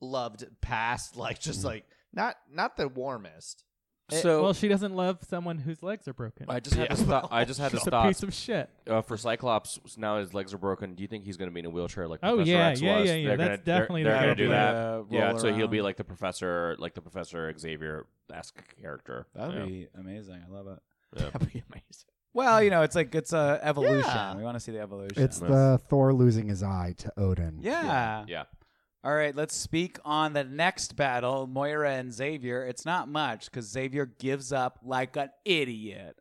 S5: loved past, like
S4: Hmm.
S5: just like not not the warmest."
S3: so
S2: Eh, well, she doesn't love someone whose legs are broken.
S3: I just had this thought. I just had this
S2: She's a
S3: thought.
S2: piece of shit.
S3: uh, for Cyclops, now his legs are broken. Do you think he's going to be in a wheelchair like
S2: Oh,
S3: Professor
S2: yeah,
S3: X
S2: yeah,
S3: was?
S2: yeah, yeah.
S3: They're
S2: That's
S3: gonna, they're-
S2: definitely
S3: they're,
S2: the
S3: going to do that.
S4: character. Uh,
S3: yeah,
S4: roll
S3: so he'll be
S4: around.
S3: like the Professor, like the Professor Xavier esque character.
S4: That'd
S3: Yeah.
S4: be amazing. I love it.
S5: That'd be amazing.
S4: Well, you know, it's like it's a evolution.
S5: Yeah.
S4: We want to see the evolution.
S1: it's the Thor losing his eye to Odin.
S4: yeah.
S3: yeah.
S4: All right, let's speak on the next battle, Moira and Xavier. It's not much because Xavier gives up like an idiot.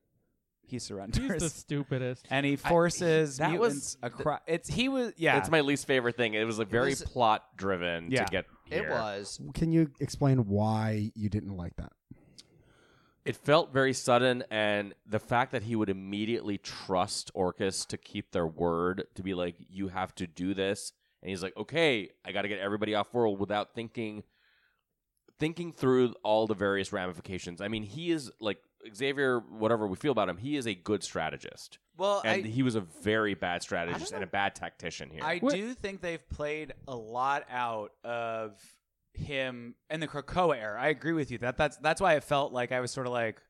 S4: he surrenders.
S2: He's the stupidest.
S4: and he forces
S3: that was
S4: mutants across. It's he was yeah.
S3: It's my least favorite thing. It was like very
S5: was-
S3: plot driven
S4: Yeah.
S3: to get here.
S5: It was.
S1: Can you explain why you didn't like that?
S3: It felt very sudden, and the fact that he would immediately trust Orcus to keep their word to be like, "You have to do this," and he's like, "Okay, I got to get everybody off world without thinking, thinking through all the various ramifications." I mean, he is like Xavier. Whatever we feel about him, he is a good strategist,
S5: Well,
S3: and
S5: I,
S3: he was a very bad strategist
S5: know.
S3: and a bad tactician here.
S4: I
S2: What-
S4: do think they've played a lot out of him and the Krakoa era. I agree with you. That that's that's why I felt like I was sort of like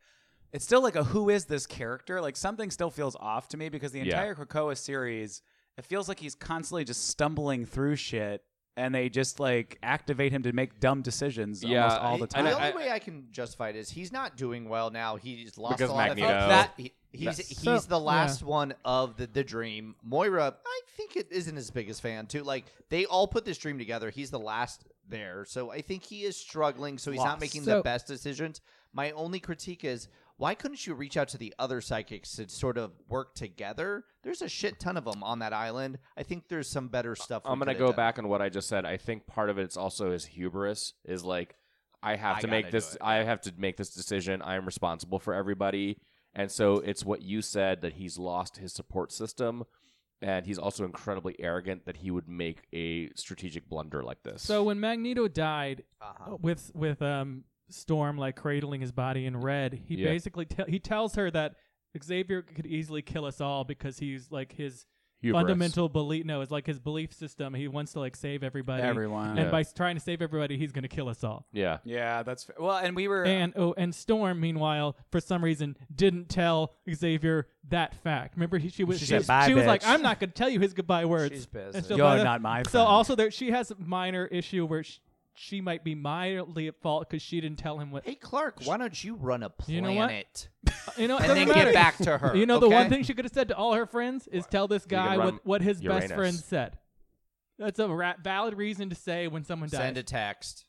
S4: it's still like a who is this character? Like something still feels off to me because the
S3: Yeah.
S4: entire Krakoa series, it feels like he's constantly just stumbling through shit and they just like activate him to make dumb decisions
S3: Yeah,
S4: almost all the
S5: And
S4: time.
S3: And
S5: the
S3: I-
S5: only way I can justify it is he's not doing well now. He's lost
S3: Because
S5: a lot
S3: Magneto.
S5: of
S3: Of
S4: that-
S5: He- he's
S4: Yes.
S5: he's
S2: So-
S5: the last one of the, the dream. Moira, I think it isn't his biggest fan too. Like they all put this dream together. He's the last there, so I think he is struggling. So he's not
S4: Lost.
S5: making
S2: So-
S5: the best decisions. My only critique is. Why couldn't you reach out to the other psychics to sort of work together? There's a shit ton of them on that island. I think there's some better stuff.
S3: I'm
S5: going
S3: gonna
S5: to
S3: go back on what I just said. I think part of it's also his hubris is like, I have
S5: I
S3: to
S5: gotta
S3: make
S5: do
S3: this.
S5: it.
S3: I have to make this decision. I am responsible for everybody, and so it's what you said that he's lost his support system, and he's also incredibly arrogant that he would make a strategic blunder like this.
S2: So when Magneto died uh,
S5: Uh-huh.
S2: with with um Storm like cradling his body in red, he
S3: Yeah.
S2: basically te- he tells her that Xavier could easily kill us all because he's like his
S3: Hubris.
S2: fundamental belief. No, it's like his belief system. He wants to like save everybody,
S4: Everyone.
S2: and
S3: Yeah.
S2: by s- trying to save everybody, he's going to kill us all.
S3: yeah,
S4: yeah, that's fair. well, and we were
S2: And oh, and Storm, meanwhile, for some reason, didn't tell Xavier that fact. Remember, he, she was
S4: She
S2: she,
S4: said, "Bye,
S2: she was like,
S4: bitch."
S2: "I'm not going to tell you his goodbye words."
S5: She's pissed.
S2: And so
S4: you're
S2: by the-
S4: not my
S2: So
S4: friend.
S2: also, there she has a minor issue where she, she might be mildly at fault because she didn't tell him what
S5: Hey Clark, why don't you run a planet?
S2: You know what? you know. it
S5: and
S2: doesn't
S5: then
S2: matter.
S5: get back to her.
S2: You know, the one
S5: okay?
S2: thing she could have said to all her friends is tell this
S3: can
S2: guy
S3: run
S2: what, what his
S3: Uranus.
S2: best friend said. That's a ra- valid reason to say when someone dies.
S5: Send a text.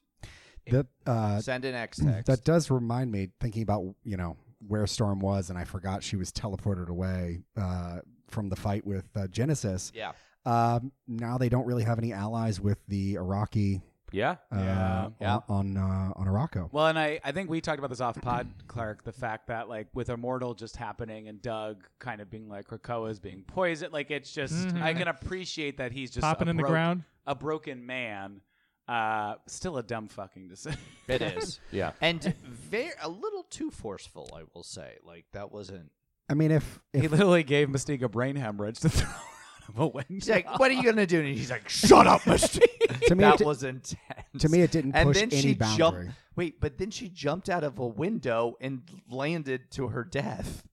S1: That uh,
S5: Send an X text.
S1: that does remind me thinking about you know where storm was and i forgot she was teleported away uh, from the fight with uh, genesis
S5: yeah.
S1: um, now they don't really have any allies with the iraqi
S3: yeah.
S1: uh,
S4: Yeah.
S1: on
S5: Yeah.
S1: on, uh, on Araco.
S4: Well, and I, I think we talked about this off pod, Clark, the fact that like with Immortal just happening and Doug kind of being like Krakoa's being poisoned, like it's just I can appreciate that he's just
S2: Mm-hmm. Popping
S4: a
S2: in the
S4: broke-
S2: ground.
S4: a broken man. Uh, still a dumb fucking decision.
S5: It is.
S3: Yeah.
S5: And very a little too forceful, I will say. Like that wasn't
S1: I mean, if,
S4: he
S1: if
S4: literally gave Mystique a brain hemorrhage to throw out of a
S5: He's
S4: window.
S5: like, What are you gonna do? And he's like, Shut up, Mystique.
S1: To me,
S5: that
S1: it di-
S5: was intense.
S1: to me it didn't
S5: and
S1: push
S5: then
S1: any
S5: she
S1: boundary.
S5: jumped wait, but then she jumped out of a window and landed to her death.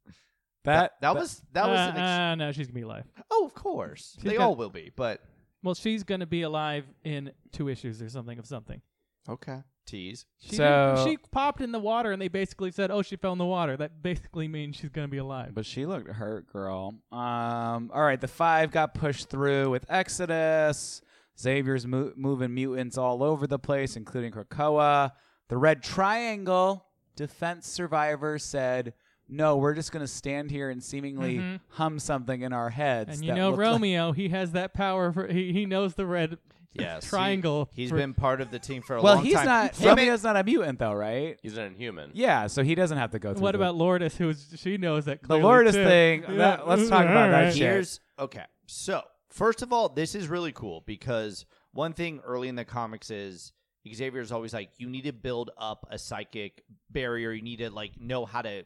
S4: That
S5: That was that was
S2: uh,
S5: an ex-
S2: uh, no, she's gonna be alive.
S5: Oh, of course. They
S2: got-
S5: all will be, but
S2: Well, she's gonna be alive in two issues or something of something.
S5: Okay. Tease.
S2: She,
S4: So-
S2: she popped in the water, and they basically said, "Oh, she fell in the water." That basically means she's gonna be alive.
S4: But she looked hurt, girl. Um, all right, the five got pushed through with Exodus. Xavier's mo- moving mutants all over the place, including Krakoa. The Red Triangle defense survivor said, "No, we're just going to stand here and seemingly
S2: Mhm.
S4: hum something in our heads."
S2: and you
S4: that
S2: know
S4: looked like-
S2: Romeo, he has that power for he, he knows the red
S5: Yes.
S2: triangle.
S5: He, has
S2: for-
S5: been part of the team for a
S4: well,
S5: long
S4: he's
S5: time.
S4: not.
S5: Him and-
S4: Romeo's not a mutant, though, right?
S3: He's an inhuman.
S4: Yeah, so he doesn't have to go through.
S2: What
S4: the-
S2: about Lourdes? Who's she knows that
S4: The
S2: clearly
S4: Lourdes
S2: too.
S4: thing,
S2: Yeah.
S4: that- let's talk about that
S2: Alright.
S4: shit.
S5: Here's okay. So first of all, this is really cool because one thing early in the comics is Xavier is always like, you need to build up a psychic barrier. You need to like know how to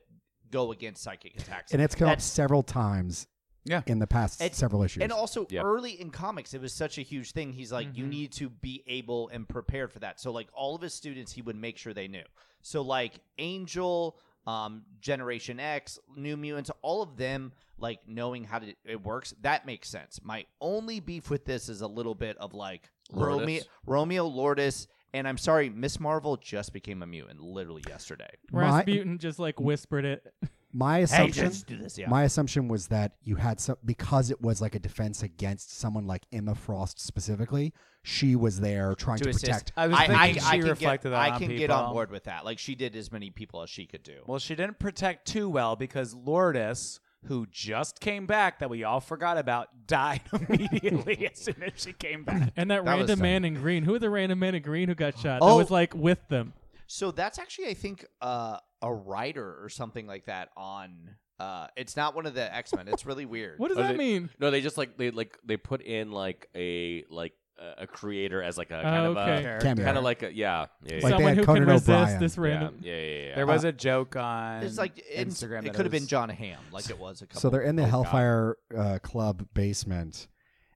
S5: go against psychic attacks.
S1: and it's come up
S5: That's-
S1: several times
S4: Yeah.
S1: in the past
S5: It's-
S1: several issues.
S5: and also
S3: Yep.
S5: early in comics, it was such a huge thing. He's like, you
S2: Mhm.
S5: need to be able and prepared for that. So like all of his students, he would make sure they knew. So like Angel, um, Generation X, New Mutants, all of them like knowing how to, it works. That makes sense. My only beef with this is a little bit of like
S3: Lourdes?
S5: Romeo, Romeo Lourdes, and I'm sorry, Miss Marvel just became a mutant literally yesterday.
S1: My-
S2: Rasputin just like whispered it.
S1: my assumption
S5: just do this, yeah.
S1: my assumption was that you had some because it was like a defense against someone like Emma Frost specifically. She was there trying to,
S5: to assist.
S1: protect.
S4: I was thinking she
S5: can get,
S4: reflected that
S5: I
S4: on
S5: can get on
S4: people.
S5: board with that. Like she did as many people as she could do.
S4: Well, she didn't protect too well because Lourdes who just came back that we all forgot about, died immediately as soon as she came back.
S2: And that,
S5: That was
S2: random
S5: dumb.
S2: man in green. Who was the random man in green who got shot? That
S5: Oh.
S2: was like with them.
S5: So that's actually, I think, uh, a writer or something like that on. Uh, it's not one of the X Men. It's really weird.
S2: What does
S3: Oh,
S2: that
S3: they-
S2: mean?
S3: No, they just like they like they put in like a like a- a creator as like a kind of
S2: okay.
S3: a
S1: Cameo.
S3: kind of like a yeah yeah yeah
S1: Like- they
S2: Someone
S1: had
S2: who
S1: Conan
S2: can resist
S1: O'Brien.
S2: this
S3: yeah,
S2: random.
S3: yeah, yeah, yeah.
S4: There was a joke on
S5: It's like in-
S4: Instagram.
S5: It
S4: that
S5: could have been
S4: was-
S5: John Hamm, like it was a couple.
S1: So they're in the
S5: oh, God.
S1: Hellfire uh, Club basement,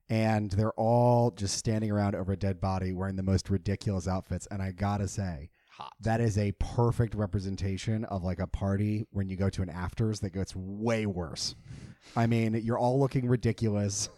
S1: and they're all just standing around over a dead body wearing the most ridiculous outfits. And I gotta say,
S5: Hot.
S1: that is a perfect representation of like a party when you go to an afters that goes way worse. I mean, you're all looking ridiculous,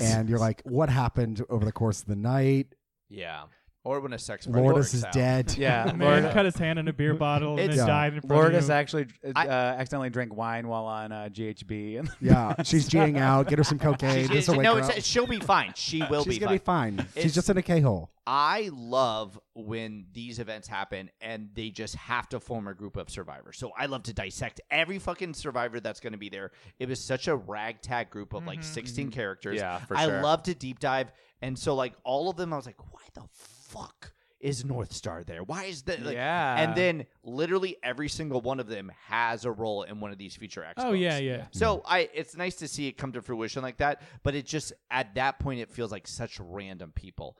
S1: and you're like, what happened over the course of the night?
S5: Yeah. Or when a sex
S1: Lourdes
S5: predator
S1: is
S5: out.
S1: dead.
S4: Yeah,
S2: The man
S4: Lord,
S2: cut his hand in a beer bottle and
S5: It's-
S2: then
S1: Yeah.
S2: died in front
S4: Lord
S2: of
S4: has
S2: you.
S4: actually uh, accidentally drank wine while on uh, GHB. And
S1: Yeah, she's G'ing out. Get her some cocaine.
S5: She-
S1: This will wake
S5: no,
S1: her
S5: it's,
S1: up.
S5: she'll be fine. She will
S1: She's
S5: be
S1: gonna
S5: fine.
S1: be fine. She's
S5: It's-
S1: just in a K hole.
S5: I love when these events happen and they just have to form a group of survivors. So I love to dissect every fucking survivor that's going to be there. It was such a ragtag group of
S2: Mm-hmm,
S5: like 16 characters.
S3: Yeah, for
S5: I
S3: sure.
S5: love to deep dive. And so, like, all of them, I was like, why the fuck is North Star there? Why is that? Like,
S4: Yeah.
S5: And then literally every single one of them has a role in one of these feature expos.
S2: Oh yeah, yeah.
S5: So I, it's nice to see it come to fruition like that, but it just at that point it feels like such random people,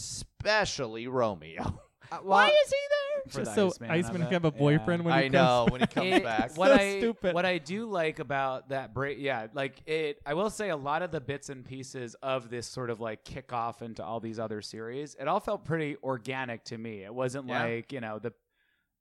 S5: especially Romeo. Why is he
S4: For the
S2: Just so
S4: Iceman, I
S2: Iceman
S4: bet.
S2: can have a
S4: Yeah.
S2: boyfriend
S5: there?
S2: when he
S5: I
S2: comes
S5: know when he
S4: It-
S5: comes back.
S4: What
S2: So
S4: I
S2: stupid.
S4: what I do like about that break, yeah, like it. I will say a lot of the bits and pieces of this sort of like kickoff into all these other series, it all felt pretty organic to me. It wasn't
S5: Yeah.
S4: like you know the.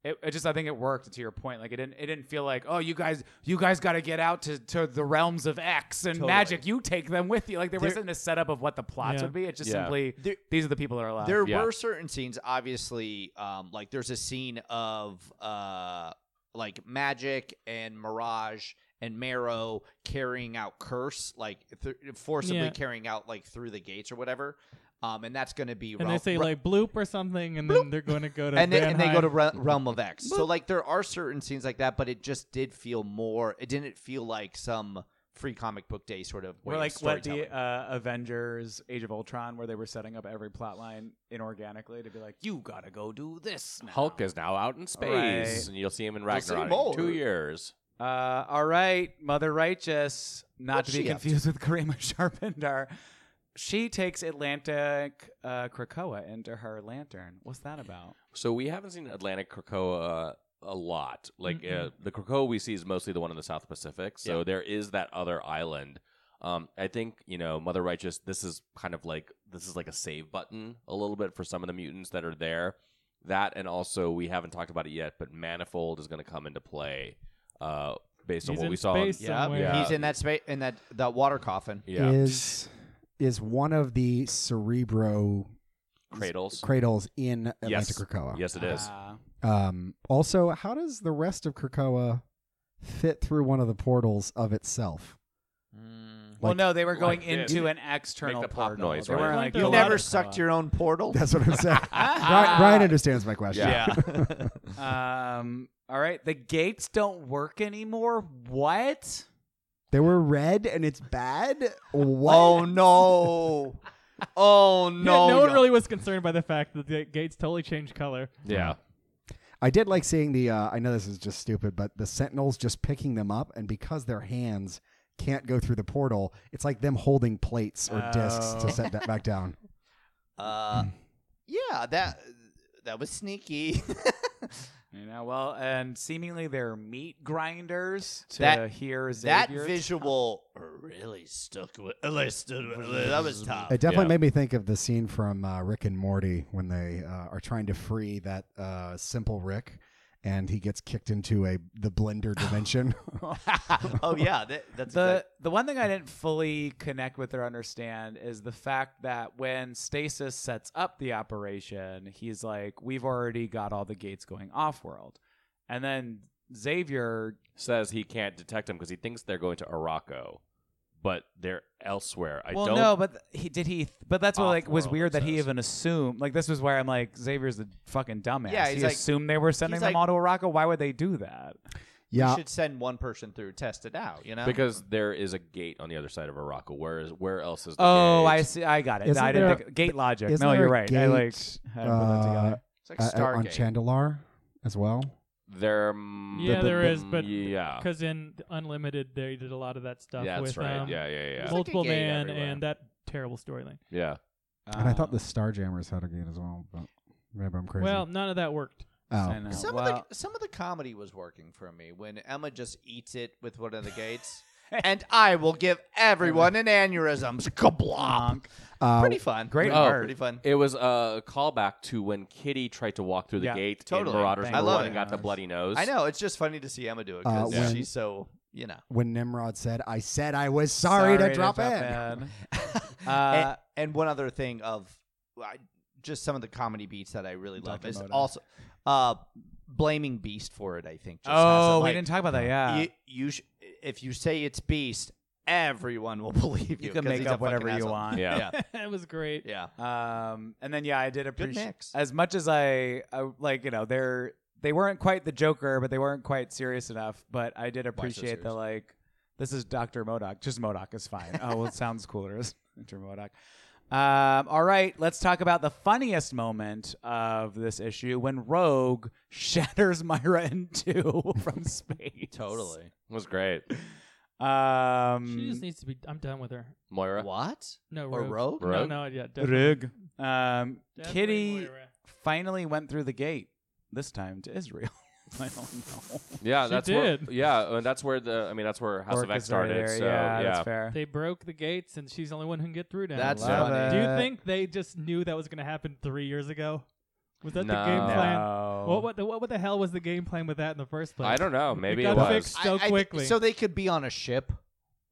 S4: It, it just I think it worked to your point. Like it didn't it didn't feel like oh you guys you guys got to get out to, to the realms of X and
S5: Totally.
S4: magic. You take them with you. Like there, wasn't a setup of what the plots
S2: Yeah.
S4: would be. It's just
S3: Yeah.
S4: simply
S5: There-
S4: these are the people that are alive.
S5: There
S3: Yeah.
S5: were certain scenes, obviously, um, like there's a scene of uh, like Magic and Mirage and Marrow carrying out Curse, like th- forcibly
S2: Yeah.
S5: carrying out like through the gates or whatever. Um, and that's going to be
S2: and
S5: Ro-
S2: they say
S5: Ro-
S2: like bloop or something, and then they're going to go to
S5: and they, and they go
S2: Vanheim.
S5: to Re- Realm of X. so like there are certain scenes like that, but it just did feel more. It didn't feel like some free comic book day sort of. Way
S4: We're
S5: of
S4: like what the
S5: storytelling.
S4: uh, Avengers Age of Ultron, where they were setting up every plot line inorganically to be like, you gotta go do this. Now.
S3: Hulk is now out in space,
S4: Right.
S3: and you'll see him in
S5: We'll see
S3: Ragnarok
S5: more.
S3: in two years.
S4: Uh, all right, Mother Righteous, not
S5: What's
S4: to be
S5: she up to?
S4: confused with Karima Sharpendar. She takes Atlantic uh, Krakoa into her lantern. What's that about?
S3: So we haven't seen Atlantic Krakoa a lot. Like uh, the Krakoa we see is mostly the one in the South Pacific. So there is that other island. Um, I think you know Mother Righteous. This is kind of like this is like a save button a little bit for some of the mutants that are there. That and also we haven't talked about it yet, but Manifold is going to come into play uh, based on
S2: He's
S3: what
S2: in
S3: we saw. in-
S2: space
S5: yeah,
S2: somewhere.
S3: Yeah.
S5: he's in that space in that that water coffin.
S3: yeah,
S1: Is is one of the Cerebro
S3: cradles.
S1: cradles in Atlantic
S3: Yes.
S1: Krakoa.
S3: Yes, it
S2: Ah.
S3: is.
S4: Uh,
S1: Um, also, how does the rest of Krakoa fit through one of the portals of itself?
S4: well,
S1: Like-
S4: no, they were going
S3: Mm-hmm. like this.
S4: into an external
S3: Make the pop
S4: portal.
S3: noise,
S4: They
S3: right?
S4: weren't,
S2: Like
S4: like,
S2: the
S5: You
S4: go
S2: water
S4: out
S5: never
S4: of
S5: sucked
S4: Krakoa.
S5: your own portal.
S1: That's what I'm saying.
S4: Ah!"
S1: Brian, Brian understands my question.
S5: yeah.
S4: Um, all right, the gates don't work anymore. What?
S1: They were red and it's bad. What?
S5: oh no. Oh
S2: Yeah,
S5: no.
S2: no one
S5: yo-
S2: really was concerned by the fact that the gates totally changed color.
S3: Yeah,
S1: I did like seeing the. Uh, I know this is just stupid, but the Sentinels just picking them up, and because their hands can't go through the portal, it's like them holding plates or discs
S4: Oh.
S1: to set that back down.
S5: Uh, yeah, that that was sneaky.
S4: You know, well, and seemingly they're meat grinders to
S5: That-
S4: hear
S5: that
S4: Xavier.
S5: visual really stuck with. Really stood with that was tough.
S1: It definitely
S3: Yeah.
S1: made me think of the scene from uh, Rick and Morty when they uh, are trying to free that uh, simple Rick, and he gets kicked into a the blender dimension.
S5: oh yeah, that, that's
S4: the
S5: exact-
S4: the one thing I didn't fully connect with or understand is the fact that when Stasis sets up the operation, he's like, "We've already got all the gates going off world," and then Xavier
S3: says he can't detect them because he thinks they're going to Araco, but they're elsewhere. I
S4: well,
S3: don't
S4: no, but th- he did he. th- But that's what like was
S3: Off-world,
S4: weird
S3: it
S4: that he
S3: says.
S4: even assumed. Like this was where I'm like Xavier's the fucking dumbass.
S5: Yeah,
S4: he
S5: he's like-
S4: assumed they were sending
S5: he's
S4: them
S5: like-
S4: all to Araco. Why would they do that?
S1: Yeah.
S5: we should send one person through, test it out. You know,
S3: Because there is a gate on the other side of Araco. Where is where else is the
S4: Oh,
S3: gate?
S4: I see. I got it.
S1: Isn't
S4: I didn't
S1: there-
S4: think, gate logic.
S1: isn't
S4: No,
S1: there
S4: you're
S1: a
S4: right. I like
S1: gate,
S4: I put that together.
S1: uh,
S5: it's like
S1: uh, uh, on
S5: Stargate.
S1: Chandalar as well.
S3: There, mm,
S2: Yeah, there is, but
S3: yeah,
S2: Because in Unlimited, they did a lot of that stuff
S3: that's
S2: with
S3: right.
S2: um,
S3: Oh. yeah, yeah,
S5: It's
S3: yeah,
S5: like-
S2: Multiple
S5: a gate
S2: Man
S5: everywhere.
S2: and that terrible storyline.
S3: yeah.
S1: uh, and I thought the Starjammers had a gate as well, but maybe I'm crazy.
S2: Well, none of that worked.
S1: oh.
S5: Some
S4: Well-
S5: of the some of the comedy was working for me when Emma just eats it with one of the gates, and I will give everyone an aneurysm. Kablonk!
S1: Uh,
S5: Pretty fun.
S4: great
S5: Oh,
S4: art.
S5: pretty fun.
S3: It was a callback to when Kitty tried to walk through the
S4: Yeah,
S3: gate
S5: totally.
S3: in Marauders
S4: I
S3: Number
S5: love
S3: One
S5: it.
S3: and got the bloody nose.
S5: I know it's just funny to see Emma do it
S1: Uh,
S5: because
S1: when-
S5: she's so you know.
S1: when Nimrod said, I said I was sorry, to, drop in.
S5: A-
S4: Uh,
S5: and, one other thing of I, just some of the comedy beats that I really love is
S4: Dakamoto.
S5: also uh, blaming Beast for it. I think. Just has
S4: Oh,
S5: it,
S4: we
S5: like,
S4: didn't talk about that. Yeah.
S5: You, you sh- if you say it's Beast, everyone will believe you.
S4: You can
S5: 'cause
S4: make
S5: he's a
S4: up whatever
S5: fucking
S4: you
S5: asshole.
S4: want.
S3: Yeah.
S5: yeah,
S2: it was great.
S5: yeah.
S4: Um, and then yeah, I did appreciate
S5: mix.
S4: as much as I, I like. You know, they're they weren't quite the Joker, but they weren't quite serious enough. But I did appreciate the
S5: serious.
S4: like. This is Doctor Modoc. Just Modoc is fine. oh, well, it sounds cooler as Doctor Modoc. Um, all right, let's talk about the funniest moment of this issue when Rogue shatters Myra in two from space.
S5: Totally.
S3: It was great.
S4: Um,
S2: She just needs to be. I'm done with her.
S3: Moira.
S5: What?
S2: No,
S5: Or
S2: Rogue.
S5: Oh, rogue?
S2: No,
S3: Rogue?
S2: no, yeah, definitely.
S4: Rogue. Um,
S2: Definitely
S4: Kitty.
S2: Moira.
S4: finally went through the gate this time to Israel. I don't know.
S3: Yeah,
S2: She
S3: that's
S2: did.
S3: where. Yeah, and that's where the. I mean, that's where House of X
S4: Orca's already
S3: started.
S4: there.
S3: So
S4: yeah, that's fair.
S2: They broke the gates, and she's the only one who can get through now.
S5: That's
S4: Love
S5: funny.
S4: it.
S2: Do you
S4: Uh,
S2: think they just knew that was going to happen three years ago? Was that the
S3: No.
S2: game plan?
S3: Um,
S4: No.
S2: What, what, the, what the hell was the game plan with that in the first place?
S3: I don't know. Maybe
S2: it
S3: it,
S2: got
S3: was.
S2: fixed
S5: I-
S2: so
S5: I thi-
S2: quickly.
S5: so they could be on a ship.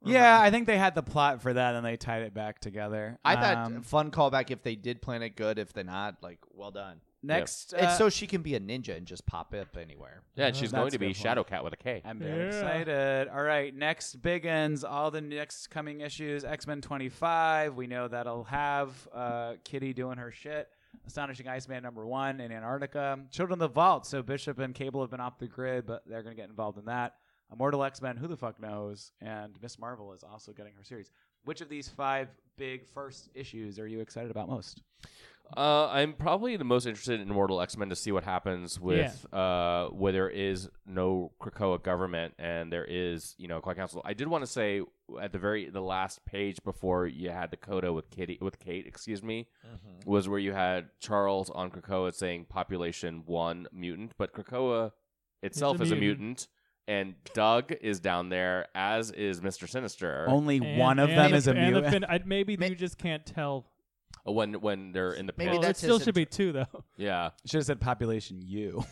S4: Yeah, I think they had the plot for that and they tied it back together.
S5: I thought
S4: Um,
S5: fun callback if they did plan it good. If they not, like well done.
S4: next. uh,
S5: it's so she can be a ninja and just pop up anywhere.
S3: Yeah, and she's
S4: That's
S3: going
S4: a
S3: to be
S4: good point.
S3: Shadow Cat with a K.
S4: I'm very
S2: Yeah.
S4: excited. All right, next biggins, all the next coming issues, X Men 25. We know that'll have uh, Kitty doing her shit. Astonishing Iceman number one in Antarctica. Children of the Vault. So Bishop and Cable have been off the grid, but they're going to get involved in that. Immortal X Men, who the fuck knows? And Miss Marvel is also getting her series. Which of these five big first issues are you excited about most?
S3: Uh, I'm probably the most interested in Immortal X Men to see what happens with uh, where there is no Krakoa government and there is you know Quad Council. I did want to say at the very the last page before you had the coda with Kitty with Kate, excuse me,
S4: Mm-hmm.
S3: was where you had Charles on Krakoa saying population one mutant, but Krakoa itself
S2: a
S3: is a
S2: mutant.
S3: mutant. And Doug is down there, as is Mister Sinister.
S4: Only
S2: And-
S4: one of
S2: and
S4: them
S2: the-
S4: is a
S2: and the
S4: mutant.
S2: fin- I, maybe
S5: May-
S2: you just can't tell.
S3: when when they're in the pit,
S5: Maybe
S2: Well, it
S5: that's
S2: still
S5: his
S2: should be two, though.
S3: yeah.
S4: Should have said population U.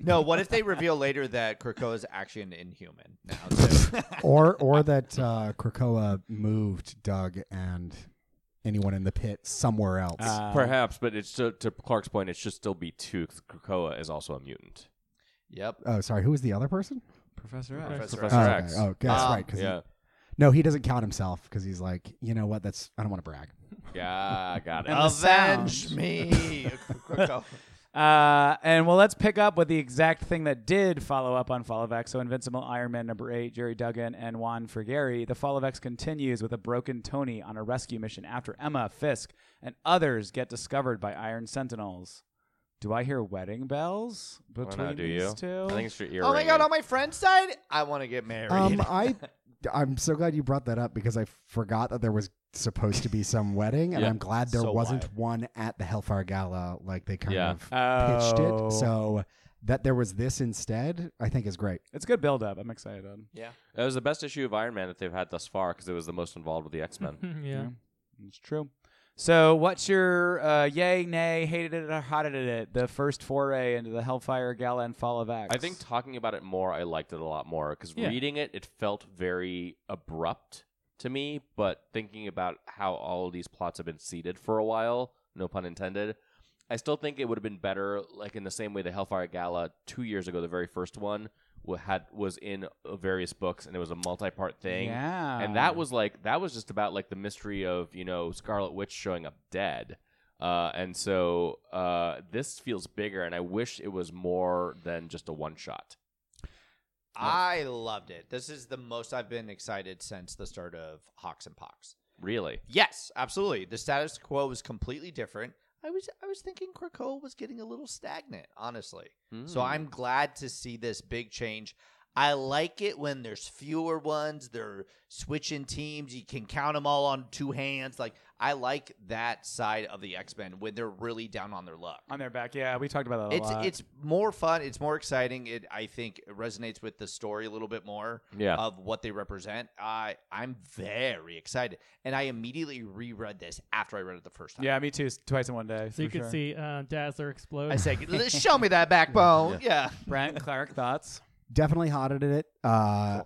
S5: No, what if they reveal later that Krakoa is actually an Inhuman? Now, too?
S1: or or that uh, Krakoa moved Doug and anyone in the pit somewhere else.
S4: Uh, Um,
S3: Perhaps, but it's to, to Clark's point, it should still be two. 'cause Krakoa is also a mutant.
S5: yep.
S1: oh, sorry. Who was the other person?
S4: Professor
S2: X.
S5: Professor
S1: Oh,
S3: Professor
S1: okay.
S3: X.
S1: oh, that's
S5: Um,
S1: right. 'cause he-
S3: yeah,
S1: no, he doesn't count himself because he's like, you know what? That's I don't want to brag.
S3: yeah, got it.
S4: And the
S5: Avenge
S4: sound.
S5: me, Krakoa. Oh
S4: Uh, and well, let's pick up with the exact thing that did follow up on Fall of X. So, Invincible Iron Man number eight, Jerry Duggan and Juan Fergeri. The Fall of X continues with a broken Tony on a rescue mission after Emma, Fisk, and others get discovered by Iron Sentinels. Do I hear wedding bells
S3: Why
S4: between
S3: not, do
S4: these
S3: you?
S4: two?
S3: I think it's your ear.
S5: Oh my god,
S3: ringing.
S5: on my friend's side, I want to get married.
S1: Um, I I'm so glad you brought that up because I forgot that there was supposed to be some wedding, and
S3: Yeah.
S1: I'm glad there
S5: So
S1: wasn't one at the Hellfire Gala like they kind
S3: Yeah.
S1: of pitched
S4: oh,
S1: it. So that there was this instead, I think is great.
S4: it's good build up. I'm excited.
S5: yeah.
S3: It was the best issue of Iron Man that they've had thus far because it was the most involved with the X Men.
S2: yeah.
S4: It's true. So, what's your uh, yay, nay, hated it or hotted it? The first foray into the Hellfire Gala and Fall of X.
S3: I think talking about it more, I liked it a lot more because
S2: Yeah.
S3: reading it, it felt very abrupt to me. But thinking about how all of these plots have been seeded for a while, no pun intended, I still think it would have been better, like in the same way the Hellfire Gala two years ago, the very first one, wa- had was in uh, various books and it was a multi-part thing.
S4: Yeah.
S3: and
S5: Um,
S3: that was like that was just about like the mystery of you know Scarlet Witch showing up dead, uh, and so uh, this feels bigger, and I wish it was more than just a one shot.
S5: I loved it. This is the most I've been excited since the start of Hawks and Pox.
S3: Really?
S5: Yes, absolutely. The status quo was completely different. I was I was thinking Krakoa was getting a little stagnant, honestly.
S4: Hmm.
S5: So I'm glad to see this big change. I like it when there's fewer ones. They're switching teams. You can count them all on two hands. Like I like that side of the X Men when they're really down on their luck.
S4: on their back. Yeah, we talked about that a
S5: It's
S4: lot.
S5: it's more fun. It's more exciting. It I think it resonates with the story a little bit more
S3: Yeah.
S5: of what they represent. I I'm very excited, and I immediately reread this after I read it the first time.
S4: yeah, me too. s- Twice in one day.
S2: So you
S4: for
S2: can
S4: sure.
S2: see uh, Dazzler explode.
S5: I said, "Let's show me that backbone. Yeah,
S4: Brent Clark thoughts.
S1: definitely hot at it. Uh,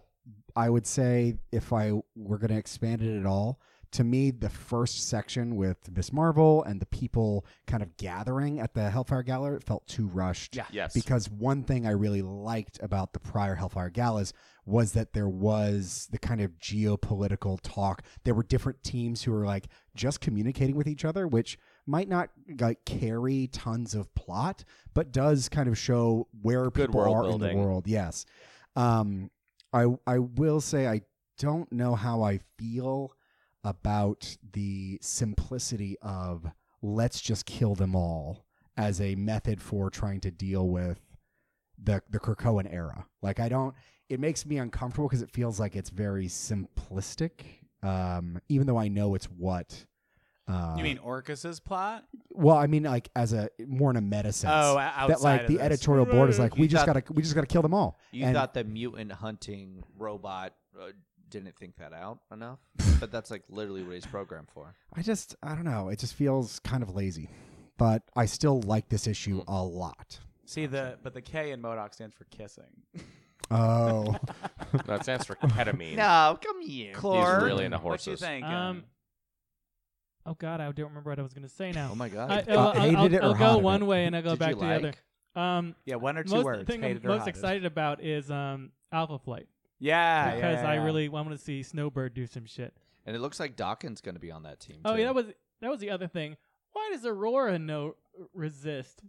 S1: I would say if I were going to expand it at all, to me, the first section with Miss Marvel and the people kind of gathering at the Hellfire Gala it felt too rushed.
S4: Yeah.
S3: Yes.
S1: Because one thing I really liked about the prior Hellfire Galas was that there was the kind of geopolitical talk. There were different teams who were like just communicating with each other, which might not like carry tons of plot, but does kind of show where
S3: Good
S1: people
S3: world
S1: are in
S3: building.
S1: the world. Yes. Um, I I will say I don't know how I feel about the simplicity of let's just kill them all as a method for trying to deal with the the Krakoan era. Like I don't it makes me uncomfortable because it feels like it's very simplistic. Um, even though I know it's what uh,
S4: you mean Orcus's plot?
S1: well, I mean like as a more in a meta sense.
S4: Oh, o- outside
S1: that like
S4: of
S1: the
S4: this.
S1: editorial board is like
S5: You
S1: we just
S5: thought-
S1: gotta we just gotta kill them all.
S5: you
S1: And-
S5: thought the mutant hunting robot uh, didn't think that out enough, but that's like literally what he's programmed for.
S1: I just, I don't know. It just feels kind of lazy, but I still like this
S4: Hmm.
S1: issue a lot.
S4: See the but the K in Modoc stands for kissing.
S1: Oh,
S3: that stands for ketamine.
S5: No, come here,
S4: Clark,
S3: really into
S4: What you
S3: horses.
S4: think?
S2: Um, oh God, I don't remember what I was going to say now.
S5: Oh my god,
S2: I,
S1: Uh,
S2: will
S1: hated it or
S2: go
S1: hot of
S2: one
S1: it?
S2: way and I'll go
S5: Did
S2: back
S5: you
S2: to the
S5: like?
S2: other. Um,
S4: yeah, one or two
S2: most
S4: words.
S2: thing I'm
S4: hated or
S2: most
S4: hotted.
S2: excited about is um, Alpha Flight
S4: Yeah, yeah,
S2: because
S4: yeah,
S2: I
S4: yeah.
S2: really want to see Snowbird do some shit.
S5: and it looks like Dawkins going to be on that team.
S2: Oh
S5: too.
S2: yeah, that was that was the other thing. Why does Aurora no resist?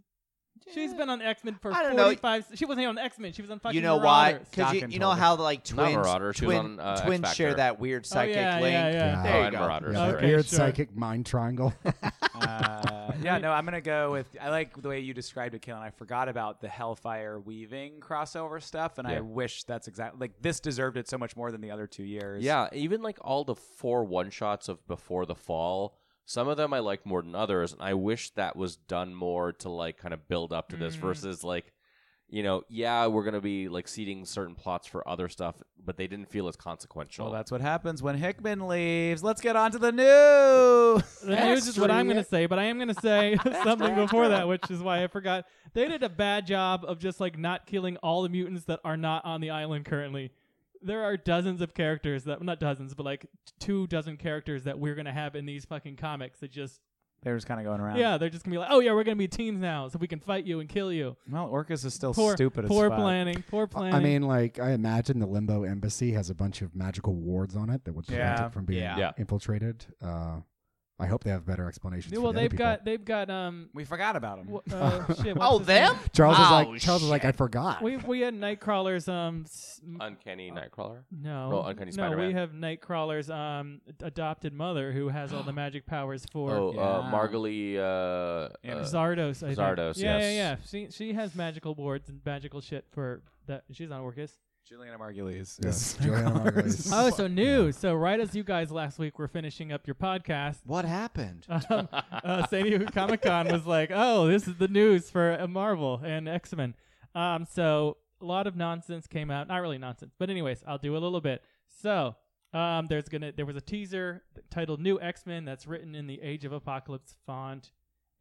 S2: She's been on X Men for
S5: I don't know.
S2: forty-five. She wasn't even on X Men. She was on fucking.
S5: you know why?
S2: Marauders.
S5: Because you,
S4: Dokken
S5: you know
S4: told her.
S5: how like
S3: Not
S5: twins,
S3: Marauder, she was
S5: twin,
S3: on, uh,
S5: twins
S3: X-Factor.
S5: share that weird
S2: Oh,
S5: psychic
S2: yeah,
S5: link.
S2: yeah, yeah.
S1: Yeah.
S5: There you
S3: Oh, and
S5: go.
S3: Marauders.
S1: yeah, that
S2: Okay,
S1: weird
S2: sure.
S1: psychic mind triangle.
S4: uh, yeah, no, I'm gonna go with. I like the way you described it, Kalen. I forgot about the Hellfire weaving crossover stuff, and
S3: Yeah.
S4: I wish that's exactly like this deserved it so much more than the other two years.
S3: Yeah, even like all the four one shots of Before the Fall, some of them I liked more than others, and I wish that was done more to like kind of build up to this
S2: Mm.
S3: versus like, you know, yeah, we're gonna be like seeding certain plots for other stuff, but they didn't feel as consequential.
S4: Well, that's what happens when Hickman leaves. Let's get on to the news.
S2: The news is what I'm going to say, but I am going to say something before that, which is why I forgot. They did a bad job of just like not killing all the mutants that are not on the island currently. There are dozens of characters that not dozens, but like two dozen characters that we're going to have in these fucking comics that just
S4: They were just kind of going around.
S2: yeah, they're just going to be like, "Oh yeah, we're going to be teams now, so we can fight you and kill you."
S4: Well, Orcus is still
S2: Poor
S4: stupid
S2: poor
S4: as fuck.
S2: planning, poor planning.
S1: I mean, like I imagine the Limbo Embassy has a bunch of magical wards on it that would prevent
S4: Yeah.
S1: it from being
S5: Yeah.
S3: Yeah.
S1: infiltrated. Uh, I hope they have better explanations.
S2: Yeah,
S1: for
S2: well,
S1: the other
S2: they've
S1: people.
S2: got they've got um
S4: We forgot about him.
S2: w- uh, shit. what's
S5: Oh,
S2: his name?
S5: them?
S1: Charles is
S5: Oh,
S1: like Charles is like I
S5: shit.
S1: forgot.
S2: We we had Nightcrawler's um s-
S3: Uncanny Nightcrawler.
S2: No,
S3: Well, Uh, Uncanny
S2: No,
S3: Spider-Man.
S2: we have Nightcrawler's um ad- adopted mother who has all the magic powers for
S3: Oh, uh,
S4: Yeah.
S3: Margali. Uh,
S4: Yeah.
S3: uh,
S2: Zardos. I think.
S3: Zardos,
S2: Yeah, yeah, yeah.
S3: yes.
S2: She she has magical wards and magical shit for that. She's on Orcus.
S4: Juliana Margulies.
S1: Yeah.
S4: is-
S1: Juliana Margulies.
S2: Oh, so news. So right as you guys last week were finishing up your podcast,
S5: What happened?
S2: um, uh, San Diego Comic Con was like, "Oh, this is the news for uh, Marvel and X Men." Um, so a lot of nonsense came out. Not really nonsense, but anyways, I'll do a little bit. So um, there's gonna there was a teaser titled "New X Men" that's written in the Age of Apocalypse font,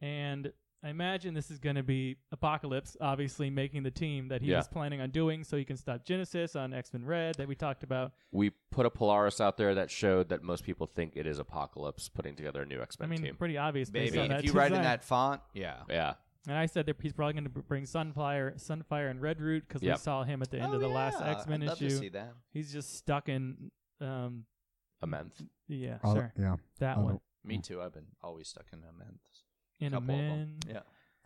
S2: and I imagine this is gonna be Apocalypse, obviously making the team that he
S3: Yeah.
S2: was planning on doing, so he can stop Genesis on X Men Red that we talked about.
S3: we put a Polaris out there that showed that most people think it is Apocalypse putting together a new X
S2: I
S3: Men
S2: mean,
S3: team.
S2: pretty obvious. based
S5: Maybe
S2: on
S5: if
S2: that
S5: you write in
S2: design.
S5: that font, yeah.
S3: Yeah,
S2: And I said that he's probably going to bring Sunfire, Sunfire, and Red Root because
S3: Yep.
S2: we saw him at the end
S5: Oh,
S2: of the last
S5: yeah.
S2: X Men
S5: I'd love to see
S2: issue.
S5: that.
S2: He's just stuck in, um,
S3: a month.
S2: yeah,
S1: I'll-
S2: sure,
S1: Yeah.
S2: that
S1: I'll-
S2: one
S5: Me too. I've been always stuck in a month.
S2: in a
S5: couple of
S2: man.
S5: them.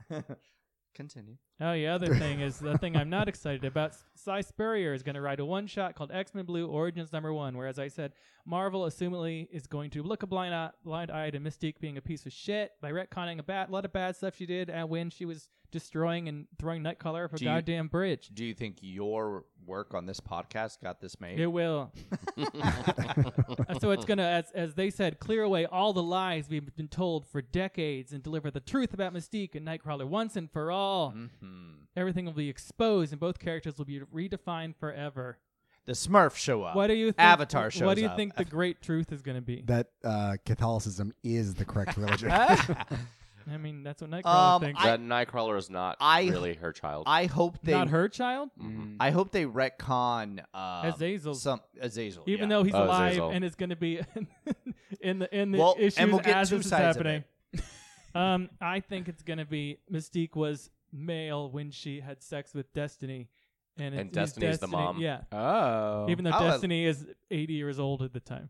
S5: Yeah. Continue.
S2: Oh, the other thing is the thing I'm not excited about. Cy Spurrier is going to write a one shot called X Men Blue Origins Number One, whereas I said Marvel assumedly is going to look a blind eye, blind eye to Mystique being a piece of shit by retconning a bad, lot of bad stuff she did and when she was destroying and throwing Nightcrawler off a
S5: Do you-
S2: goddamn bridge.
S5: Do you think your work on this podcast got this made?
S2: It will. Uh, so it's gonna, as as they said, clear away all the lies we've been told for decades and deliver the truth about Mystique and Nightcrawler once and for all.
S5: Mhm.
S2: Everything will be exposed, and both characters will be redefined forever.
S5: The Smurf show up.
S2: What do you think,
S5: Avatar shows
S2: What do you
S5: up.
S2: think the great truth is going to be?
S1: that uh, Catholicism is the correct religion.
S2: I mean, that's what Nightcrawler
S5: Um,
S2: thinks.
S5: I-
S3: that Nightcrawler is not
S5: I-
S3: really her child.
S5: I hope they.
S2: Not her child,
S4: Mm-hmm.
S3: Mhm.
S5: I hope they retcon um,
S2: Azazel.
S5: Some Azazel.
S2: even
S5: yeah.
S2: though he's
S3: Oh,
S2: alive
S3: Azazel.
S2: and is going to be in the in the
S5: Well, and
S2: issues
S5: we'll get
S2: as
S5: two
S2: this is
S5: sides of
S2: happening. um, I think it's going to be Mystique was male when she had sex with Destiny, and, it's,
S3: And
S2: he's
S3: Destiny's the
S2: Destiny-
S3: mom.
S2: Yeah,
S4: Oh.
S2: even though
S5: Oh, I-
S2: Destiny is 80 years old at the time.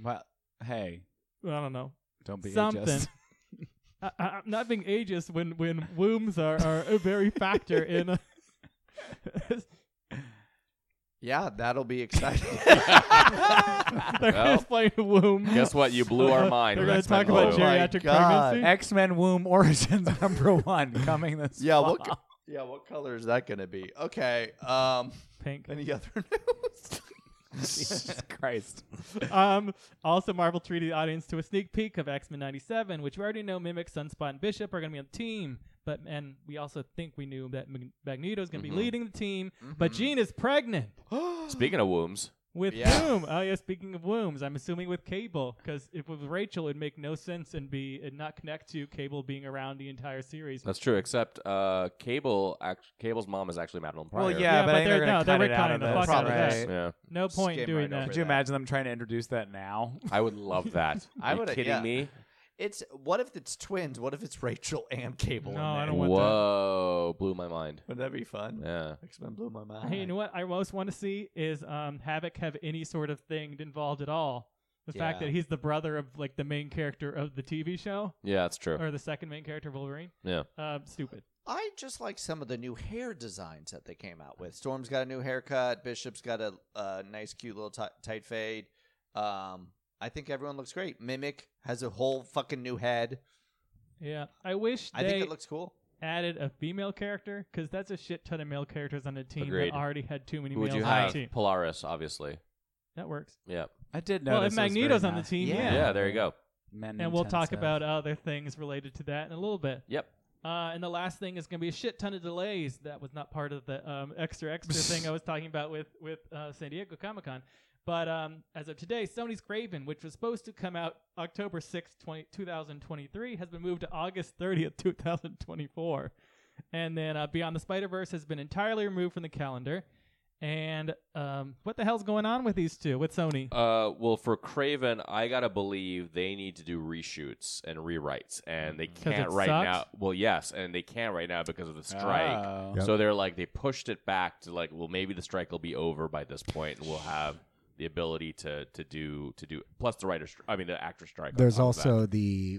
S4: well, hey,
S2: I don't know.
S4: don't be
S2: Something.
S4: ageist.
S2: I, I, I'm not being ageist when when wombs are, are a very factor in. A
S5: Yeah, that'll be exciting.
S2: they're
S3: Well,
S2: displaying womb.
S3: Guess what? You blew our mind.
S2: They're
S3: with
S2: gonna
S3: X-Men
S2: talk about
S3: Blue.
S5: Jerry-
S2: geriatric
S5: Oh God.
S2: pregnancy.
S4: X Men Womb Origins number one coming this
S5: yeah,
S4: fall.
S5: what? co- Yeah, what color is that going to be? Okay. Um,
S2: Pink.
S5: any other news?
S4: Jesus Christ.
S2: um, also, Marvel treated the audience to a sneak peek of X Men '97, which we already know Mimic, Sunspot, and Bishop are going to be on the team. But and we also think we knew that Mag- Magneto's going to
S3: Mhm.
S2: be leading the team. But Jean is pregnant
S3: Speaking of wombs,
S2: with
S5: Yeah.
S2: whom? Oh yeah, speaking of wombs, I'm assuming with Cable because if it was Rachel, it'd make no sense and be and not connect to Cable being around the entire series.
S3: that's true. Except uh, Cable, act- Cable's mom is actually Madeline Pryor.
S4: Well, yeah,
S2: Yeah,
S4: but,
S2: but
S4: I think
S2: they're-
S4: they're gonna
S2: no,
S4: cut
S2: they're
S4: it out
S2: retconning
S4: of
S2: the
S4: this,
S5: fuck out of
S4: right?
S5: this.
S3: Yeah.
S2: No point
S5: Skim
S2: doing
S5: right
S2: that.
S5: over
S4: Could you imagine them trying to introduce that now?
S3: I would love that.
S5: I
S3: Are you
S5: would-
S3: kidding
S5: yeah.
S3: me?
S5: It's what if it's twins? What if it's Rachel and Cable?
S2: No,
S5: in there?
S2: I don't want
S3: Whoa, blew my mind.
S5: Wouldn't that be fun?
S3: Yeah.
S5: X Men blew my mind.
S2: Hey, you know what I most want to see is um, Havoc have any sort of thing involved at all. The fact
S5: Yeah.
S2: that he's the brother of like the main character of the TV show
S3: Yeah, that's true.
S2: or the second main character of Wolverine.
S3: Yeah.
S2: Uh, stupid.
S5: I just like some of the new hair designs that they came out with. Storm's got a new haircut. Bishop's got a, a nice, cute little ti- tight fade. Um, I think everyone looks great. Mimic has a whole fucking new head.
S2: Yeah, I wish
S5: I
S2: they
S5: think it looks cool.
S2: added a female character because that's a shit ton of male characters on a team
S3: Agreed.
S2: that already had too many
S3: Who would
S2: males
S3: you
S2: on
S3: have?
S2: the team.
S3: Polaris, obviously.
S2: That works.
S3: Yeah.
S4: I did
S2: Well, if
S4: notice. it was very
S2: Magneto's on the
S4: nice.
S2: team,
S5: Yeah.
S3: yeah.
S2: yeah.
S3: there you go.
S4: Men
S2: And we'll
S4: Nintendo
S2: talk
S4: stuff.
S2: about uh, other things related to that in a little bit.
S3: Yep.
S2: Uh, and the last thing is going to be a shit ton of delays. That was not part of the um, extra extra thing I was talking about with with uh, San Diego Comic Con. But um, as of today, Sony's Craven, which was supposed to come out October 6, 20, 2023, has been moved to August 30th, 2024. And then uh, Beyond the Spider Verse has been entirely removed from the calendar. And um, what the hell's going on with these two, with Sony?
S3: Uh, well, for Craven, I gotta believe they need to do reshoots and rewrites, and they
S2: Mm. 'Cause
S3: can't
S2: it
S3: right
S2: sucks? Ah.
S3: now. Well, yes, and they can't right now because of the strike.
S4: Oh.
S1: Yep.
S3: So they're like they pushed it back to like, well, maybe the strike will be over by this point, and we'll have the ability to to do to do plus the writer. I mean, the actor strike. on
S1: There's
S3: top of that.
S1: also the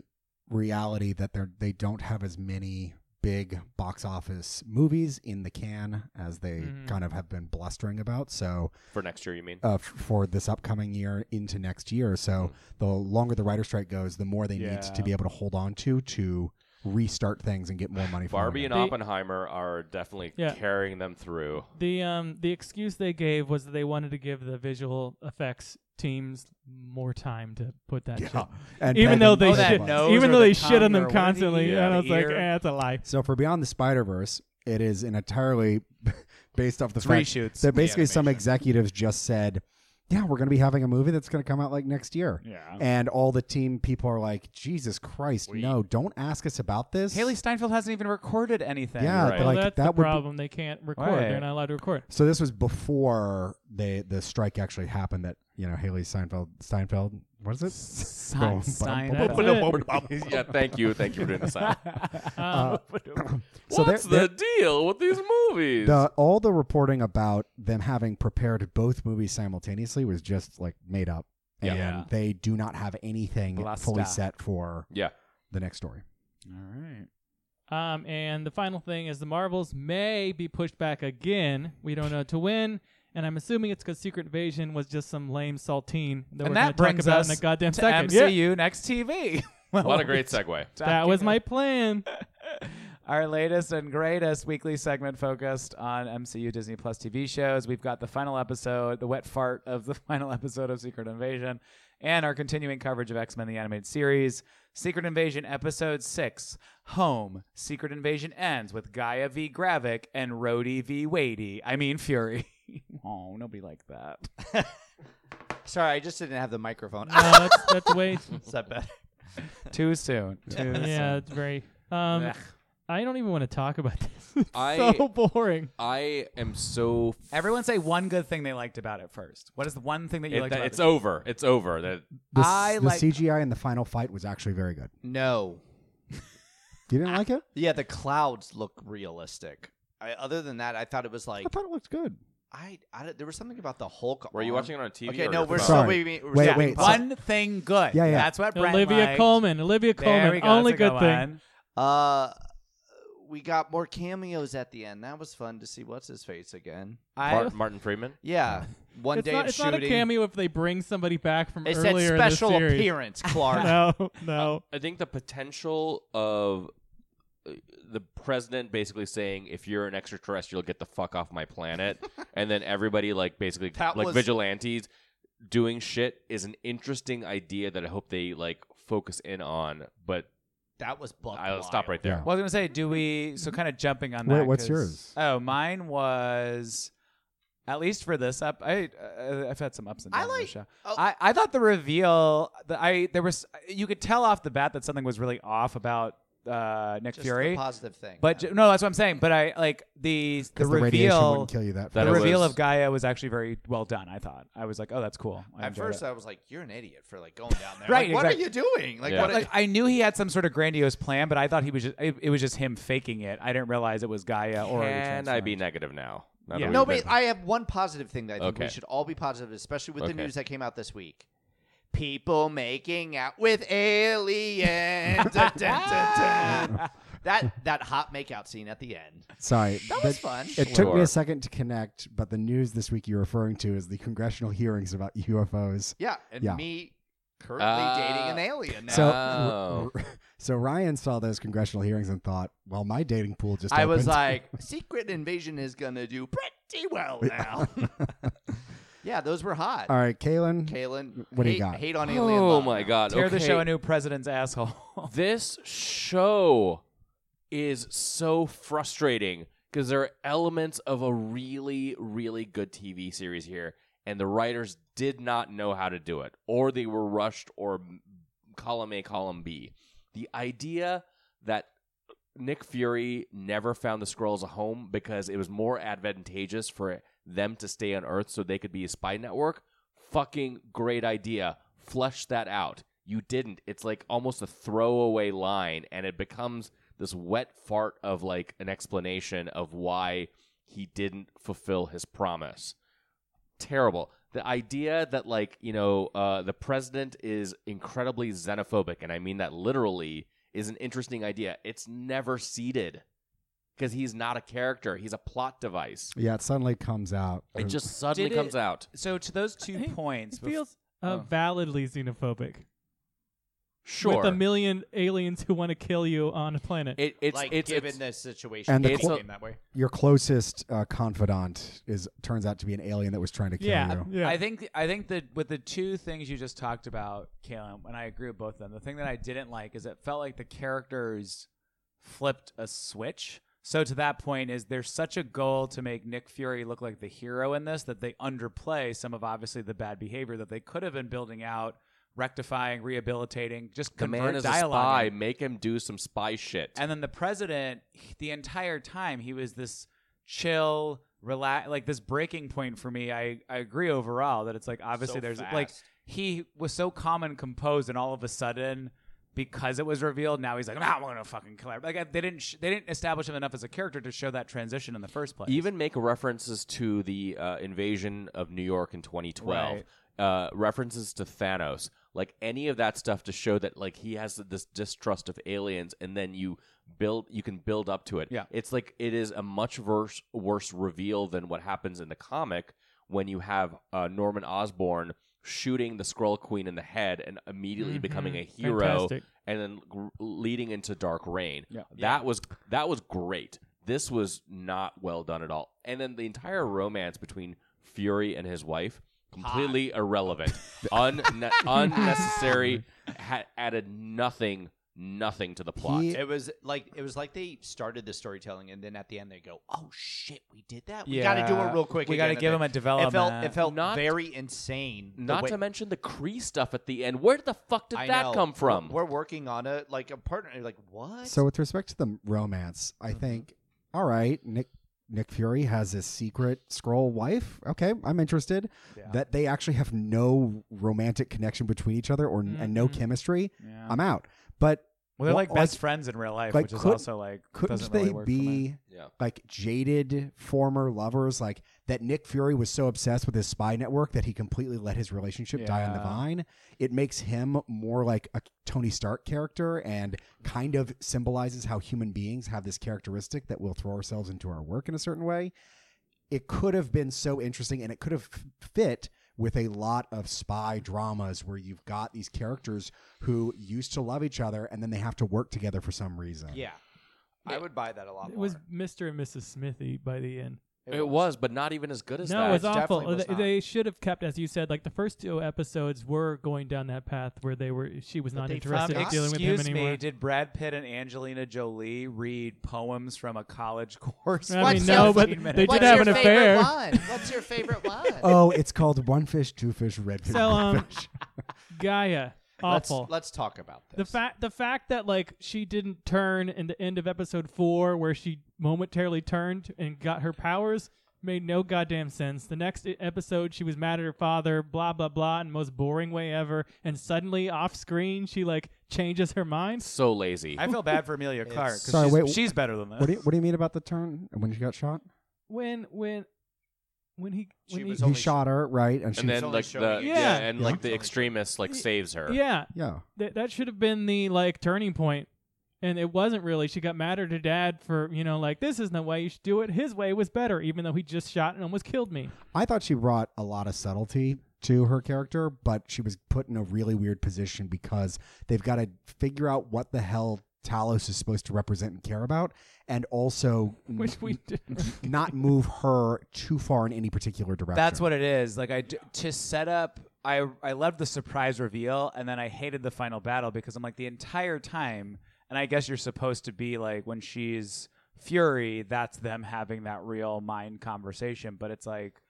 S1: reality that they they don't have as many big box office movies in the can as they
S2: Mhm.
S1: kind of have been blustering about. So
S3: for next year. You mean?
S1: uh, f- for this upcoming year into next year, so the longer the writer strike goes, the more they need
S4: Mm-hmm. Yeah.
S1: to be able to hold on to to restart things and get more money. flowing
S3: Barbie
S1: in.
S3: and
S2: They-
S3: Oppenheimer are definitely
S2: Yeah.
S3: carrying them through.
S2: The um the excuse they gave was that they wanted to give the visual effects teams more time to put that
S1: yeah,
S2: shit.
S1: and
S2: Even
S1: pay
S2: though
S1: them
S2: they
S4: Oh, that
S2: shit,
S1: money.
S4: nose
S2: even
S4: or
S2: though
S4: the
S2: they shit on
S4: tongue
S2: them
S4: or what is it?
S2: constantly, and
S3: Yeah.
S2: I
S4: The
S2: was like,
S4: ear.
S2: eh, it's a lie.
S1: So for Beyond the Spider Verse, it is an entirely based off the
S4: It's
S1: fact
S4: reshoots.
S1: that basically
S4: the
S1: some
S4: animation.
S1: executives just said, "Yeah, we're going to be having a movie that's going to come out like next year,"
S4: Yeah.
S1: and all the team people are like, "Jesus Christ,
S3: We-
S1: no! Don't ask us about this."
S4: Haley Steinfeld hasn't even recorded anything.
S1: yeah,
S3: Right.
S1: they're
S2: Well,
S1: like
S2: that's
S1: that
S2: the
S1: would. be-
S2: problem. They can't record. They're
S4: Right.
S2: not allowed to record.
S1: so this was before they the strike actually happened. That you know Haley Steinfeld Steinfeld what is it?
S4: Stein-
S2: That's
S4: Steinfeld.
S2: it.
S3: yeah, thank you, thank you for doing this. Al.
S2: Um,
S1: Uh, so
S3: What's
S1: they're-
S3: the deal with these movies?
S1: the all the reporting about them having prepared both movies simultaneously was just like made up
S3: Yeah.
S1: and
S4: Yeah.
S1: they do not have anything
S4: Blasta.
S1: fully set for
S3: yeah.
S1: the next story
S4: All right.
S2: Um, and the final thing is the marbles may be pushed back again. We don't know to when. And I'm assuming it's because Secret Invasion was just some lame saltine that we're going
S4: and that
S2: to talk
S4: brings
S2: about
S4: us
S2: in a goddamn
S4: to
S2: second. Yeah.
S4: MCU Next TV.
S3: What a great segue.
S2: That was my plan.
S4: Our latest and greatest weekly segment focused on MCU Disney Plus TV shows. We've got the final episode, the wet fart of the final episode of Secret Invasion, and our continuing coverage of X Men the Animated Series. Secret Invasion Episode 6 Home. Secret Invasion ends with Gaia v. Gravik and Rhodey v. Wadey. I mean, Fury. oh, nobody liked that.
S5: Sorry, I just didn't have the microphone.
S2: No, that's, that's way.
S5: Is that better?
S4: Too soon. Too
S2: Yeah, it's very. Um,
S4: Ugh.
S2: I don't even want to talk about this. It's
S3: I-
S2: so boring.
S3: I am so.
S4: Everyone say one good thing they liked about it first. What is the one thing that you
S3: It-
S4: liked
S3: that-
S4: about
S3: it's
S4: it?
S3: over. It's over. That
S1: The, s-
S4: I
S1: the
S4: like-
S1: CGI in the final fight was actually very good.
S5: No.
S1: You didn't like it?
S5: Yeah, the clouds look realistic. I, other than that, I thought it was like
S1: I thought it looked good.
S5: I, I don't- there was something about the Hulk.
S3: were you
S5: arm.
S3: watching it on TV?
S5: Okay,
S3: or
S5: no,
S3: your
S5: we're
S3: phone?
S5: still
S1: Sorry.
S5: waiting. we're
S1: Wait,
S5: still-
S1: wait, so-
S4: One thing good.
S1: Yeah, yeah.
S4: That's what Brent
S2: Olivia
S4: liked.
S2: Coleman. Olivia
S4: There
S2: Coleman.
S4: we go.
S2: Only
S4: That's a
S2: good thing.
S4: one.
S5: Uh, we got more cameos at the end. That was fun to see. What's his face again?
S4: I,
S3: Mar- Martin Freeman.
S5: Yeah, one
S2: It's
S5: day
S2: not,
S5: of
S2: it's
S5: shooting.
S2: not a cameo if they bring somebody back from
S5: It said
S2: earlier
S5: special
S2: in the series.
S5: appearance, Clark.
S2: No, no.
S3: I think the potential of uh, the president basically saying, "If you're an extraterrestrial, get the fuck off my planet," and then everybody like basically
S5: That
S3: like
S5: was-
S3: vigilantes doing shit is an interesting idea that I hope they like focus in on. But
S5: That was Buck.
S3: I'll stop right there.
S1: Yeah.
S4: well, I was gonna say, do we? So kind of jumping on
S1: Wait,
S4: that.
S1: what's
S4: 'cause-
S1: yours?
S4: Oh, mine was. At least for this up, I uh, I've had some ups and
S5: I
S4: downs. on
S5: like-
S4: the show.
S5: oh.
S4: I, I thought the reveal that I there was you could tell off the bat that something was really off about uh, Nick
S5: Just
S4: Fury,
S5: the positive thing.
S4: but ju- no, that's what I'm saying. But I like the the
S1: Because the, radiation
S4: reveal
S1: wouldn't kill you that
S3: That
S1: fast.
S4: the
S3: it
S4: reveal
S3: was-
S4: of Gaia was actually very well done. I thought I was like, oh, that's cool. I
S5: at
S4: enjoyed
S5: first
S4: it.
S5: I was like, "You're an idiot for like going down there."
S4: Right,
S5: Like, what
S4: exactly.
S5: are you doing? Like,
S3: Yeah.
S5: what?
S4: like I knew he had some sort of grandiose plan, but I thought he was just it, it was just him faking it. I didn't realize it was Gaia or
S3: can I be negative now? Now that
S4: Yeah.
S3: we've
S5: no,
S3: been-
S5: but I have one positive thing that I think we
S3: Okay.
S5: should all be positive, especially with the
S3: Okay.
S5: news that came out this week. People making out with aliens. Dun, dun, dun, dun. That that hot makeout scene at the end.
S1: Sorry.
S5: That was fun.
S1: It took me
S3: Sure.
S1: a second to connect, but the news this week you're referring to is the congressional hearings about UFOs.
S5: Yeah, and
S1: Yeah.
S5: me currently
S3: Uh,
S5: dating an alien now.
S1: So,
S3: Oh.
S1: so Ryan saw those congressional hearings and thought, "Well, my dating pool just."
S5: I was
S1: opened.
S5: like, Secret Invasion is gonna do pretty well now. yeah, those were hot.
S1: "All right, Kalen,
S5: Kalen,
S1: What do you
S5: hate,
S1: got?
S5: Hate on alien.
S3: oh
S5: love
S3: my
S5: now.
S3: god!
S4: tear
S3: okay.
S4: the show a new president's asshole.
S3: this show is so frustrating because there are elements of a really, really good TV series here, and the writers did not know how to do it, or they were rushed, or m- column A, column B. The idea that Nick Fury never found the Skrulls a home because it was more advantageous for them to stay on Earth so they could be a spy network. Fucking great idea. Flesh that out. You didn't. It's like almost a throwaway line, and it becomes this wet fart of like an explanation of why he didn't fulfill his promise terrible. The idea that like you know uh, the president is incredibly xenophobic, and I mean that literally, is an interesting idea. It's never seeded because he's not a character; he's a plot device.
S1: "Yeah, it suddenly comes out." Uh,
S3: It just suddenly
S4: Did it-
S3: comes out.
S4: so to those two
S2: Hey,
S4: points,
S2: It feels
S4: oh.
S2: uh, validly xenophobic.
S3: Sure,
S2: With a million aliens who want to kill you on a planet.
S3: it, it's
S5: like
S3: it's,
S5: given
S3: it's
S5: the situation,
S1: And
S5: and
S1: the
S5: the
S3: clo-
S5: that way.
S1: your closest uh, confidant is turns out to be an alien that was trying to kill
S2: yeah.
S1: you.
S2: yeah.
S4: I think I think that with the two things you just talked about, Caleb, and I agree with both of them. The thing that I didn't like is it felt like the characters flipped a switch. So to that point, is there's such a goal to make Nick Fury look like the hero in this that they underplay some of obviously the bad behavior that they could have been building out, rectifying, rehabilitating, just
S3: the man
S4: convert
S3: is a
S4: dialogue
S3: spy.
S4: in.
S3: Make him do some spy shit.
S4: And then the president, he- the entire time, he was this chill, relax, like this breaking point for me. I, I agree overall that it's like obviously
S5: So
S4: there's
S5: fast.
S4: like he was so calm and composed, and all of a sudden, because it was revealed, now he's like, "Nah, I'm gonna fucking kill her. Like I- they didn't sh- they didn't establish him enough as a character to show that transition in the first place.
S3: even make references to the uh, invasion of New York in 2012,
S4: Right.
S3: uh, references to Thanos, like any of that stuff to show that like he has this distrust of aliens, and then you build you can build up to it.
S4: Yeah.
S3: It's like it is a much worse worse reveal than what happens in the comic when you have uh, Norman Osborn shooting the Skrull Queen in the head and immediately
S4: Mm-hmm.
S3: becoming
S2: Mhm.
S3: a hero
S2: Fantastic.
S3: and then gr- leading into Dark Rain.
S4: Yeah.
S3: That was that was great. This was not well done at all. And then the entire romance between Fury and his wife completely irrelevant, Unne- unnecessary, had added nothing nothing to the plot.
S1: He-
S5: It was like it was like they started the storytelling, and then at the end they go, "Oh shit, we did that. We got to do
S4: Yeah.
S5: it real quick.
S4: We gotta
S5: again."
S4: give
S5: And
S4: him a
S5: then- It
S4: development.
S5: felt it felt
S3: Not-
S5: very insane. the
S3: Not
S5: way-
S3: to mention the Cree stuff at the end. Where the fuck did
S5: I
S3: that
S5: know.
S3: come from?
S5: We're working on a like a partner. You're like what?
S1: So with respect to the romance,
S4: Mm-hmm.
S1: I think all right, Nick Nick Fury has his secret scroll wife. Okay, I'm interested
S5: Yeah.
S1: that they actually have no romantic connection between each other or and no
S2: Mhm.
S1: chemistry.
S4: Yeah.
S1: I'm out. But
S4: Mm-hmm. well, they're
S1: Well,
S4: like best friends in real life,
S1: like,
S4: which is
S1: couldn't-
S4: also like
S1: couldn't
S4: doesn't
S1: they
S4: really work for me.
S1: be
S3: yeah.
S1: like jaded former lovers like that Nick Fury was so obsessed with his spy network that he completely let his relationship die on the
S4: Yeah.
S1: vine. It makes him more like a Tony Stark character and kind of symbolizes how human beings have this characteristic that we'll throw ourselves into our work in a certain way. It could have been so interesting and it could have f- fit with a lot of spy dramas where you've got these characters who used to love each other and then they have to work together for some reason.
S5: yeah, I would buy that a lot.
S2: It was
S5: more.
S2: Mr. and Mrs. Smithy by the end.
S3: It, was, but not even as good as
S2: no,
S3: that.
S2: it was
S5: It
S2: awful.
S5: definitely was
S2: They-
S5: not.
S2: they should have kept, as you said, like the first two episodes were going down that path where they were. She was not
S5: they
S2: interested
S5: found
S2: in
S5: out-
S2: dealing with him
S4: Excuse
S2: anymore.
S4: me, did Brad Pitt and Angelina Jolie read poems from a college course?
S2: I
S4: for
S2: mean,
S5: What's
S2: no,
S5: your-
S2: but
S4: 15
S2: they
S4: minutes?
S2: did have an affair.
S5: What's your favorite one?
S1: Oh, it's called one fish, two fish, red fish.
S2: So,
S1: blue
S2: um,
S1: fish.
S2: Gaia,
S5: Let's,
S2: awful.
S5: let's talk about this.
S2: The fact the fact that like she didn't turn in the end of episode four where she momentarily turned and got her powers made no goddamn sense. The next e- episode she was mad at her father, blah blah blah, in the most boring way ever, and suddenly off screen she like changes her mind.
S3: so lazy.
S4: I feel bad for Amelia Clark. 'cause
S1: Sorry,
S4: she's,
S1: wait,
S4: she's better than this.
S1: What do you what do you mean about the turn when she got shot?
S2: When when when he
S5: She
S2: when he,
S5: was
S1: he
S5: only-
S1: shot her, right? And she
S3: and
S1: was-
S3: then
S5: only
S3: like the
S5: showing
S2: you-
S3: yeah,
S2: Yeah.
S3: and
S1: Yeah.
S3: like the extremist like saves her.
S2: yeah
S1: yeah.
S2: that that should have been the like turning point and it wasn't really she got mad at her dad for you know like this isn't the way you should do it his way was better even though he just shot and almost killed me
S1: I thought she brought a lot of subtlety to her character, but she was put in a really weird position because they've got to figure out what the hell Talos is supposed to represent and care about, and also n-
S2: which we did
S1: not move her too far in any particular direction.
S4: That's what it is. Like I d- to set up. I I loved the surprise reveal, and then I hated the final battle because I'm like the entire time. And I guess you're supposed to be like when she's Fury, that's them having that real mind conversation. But it's like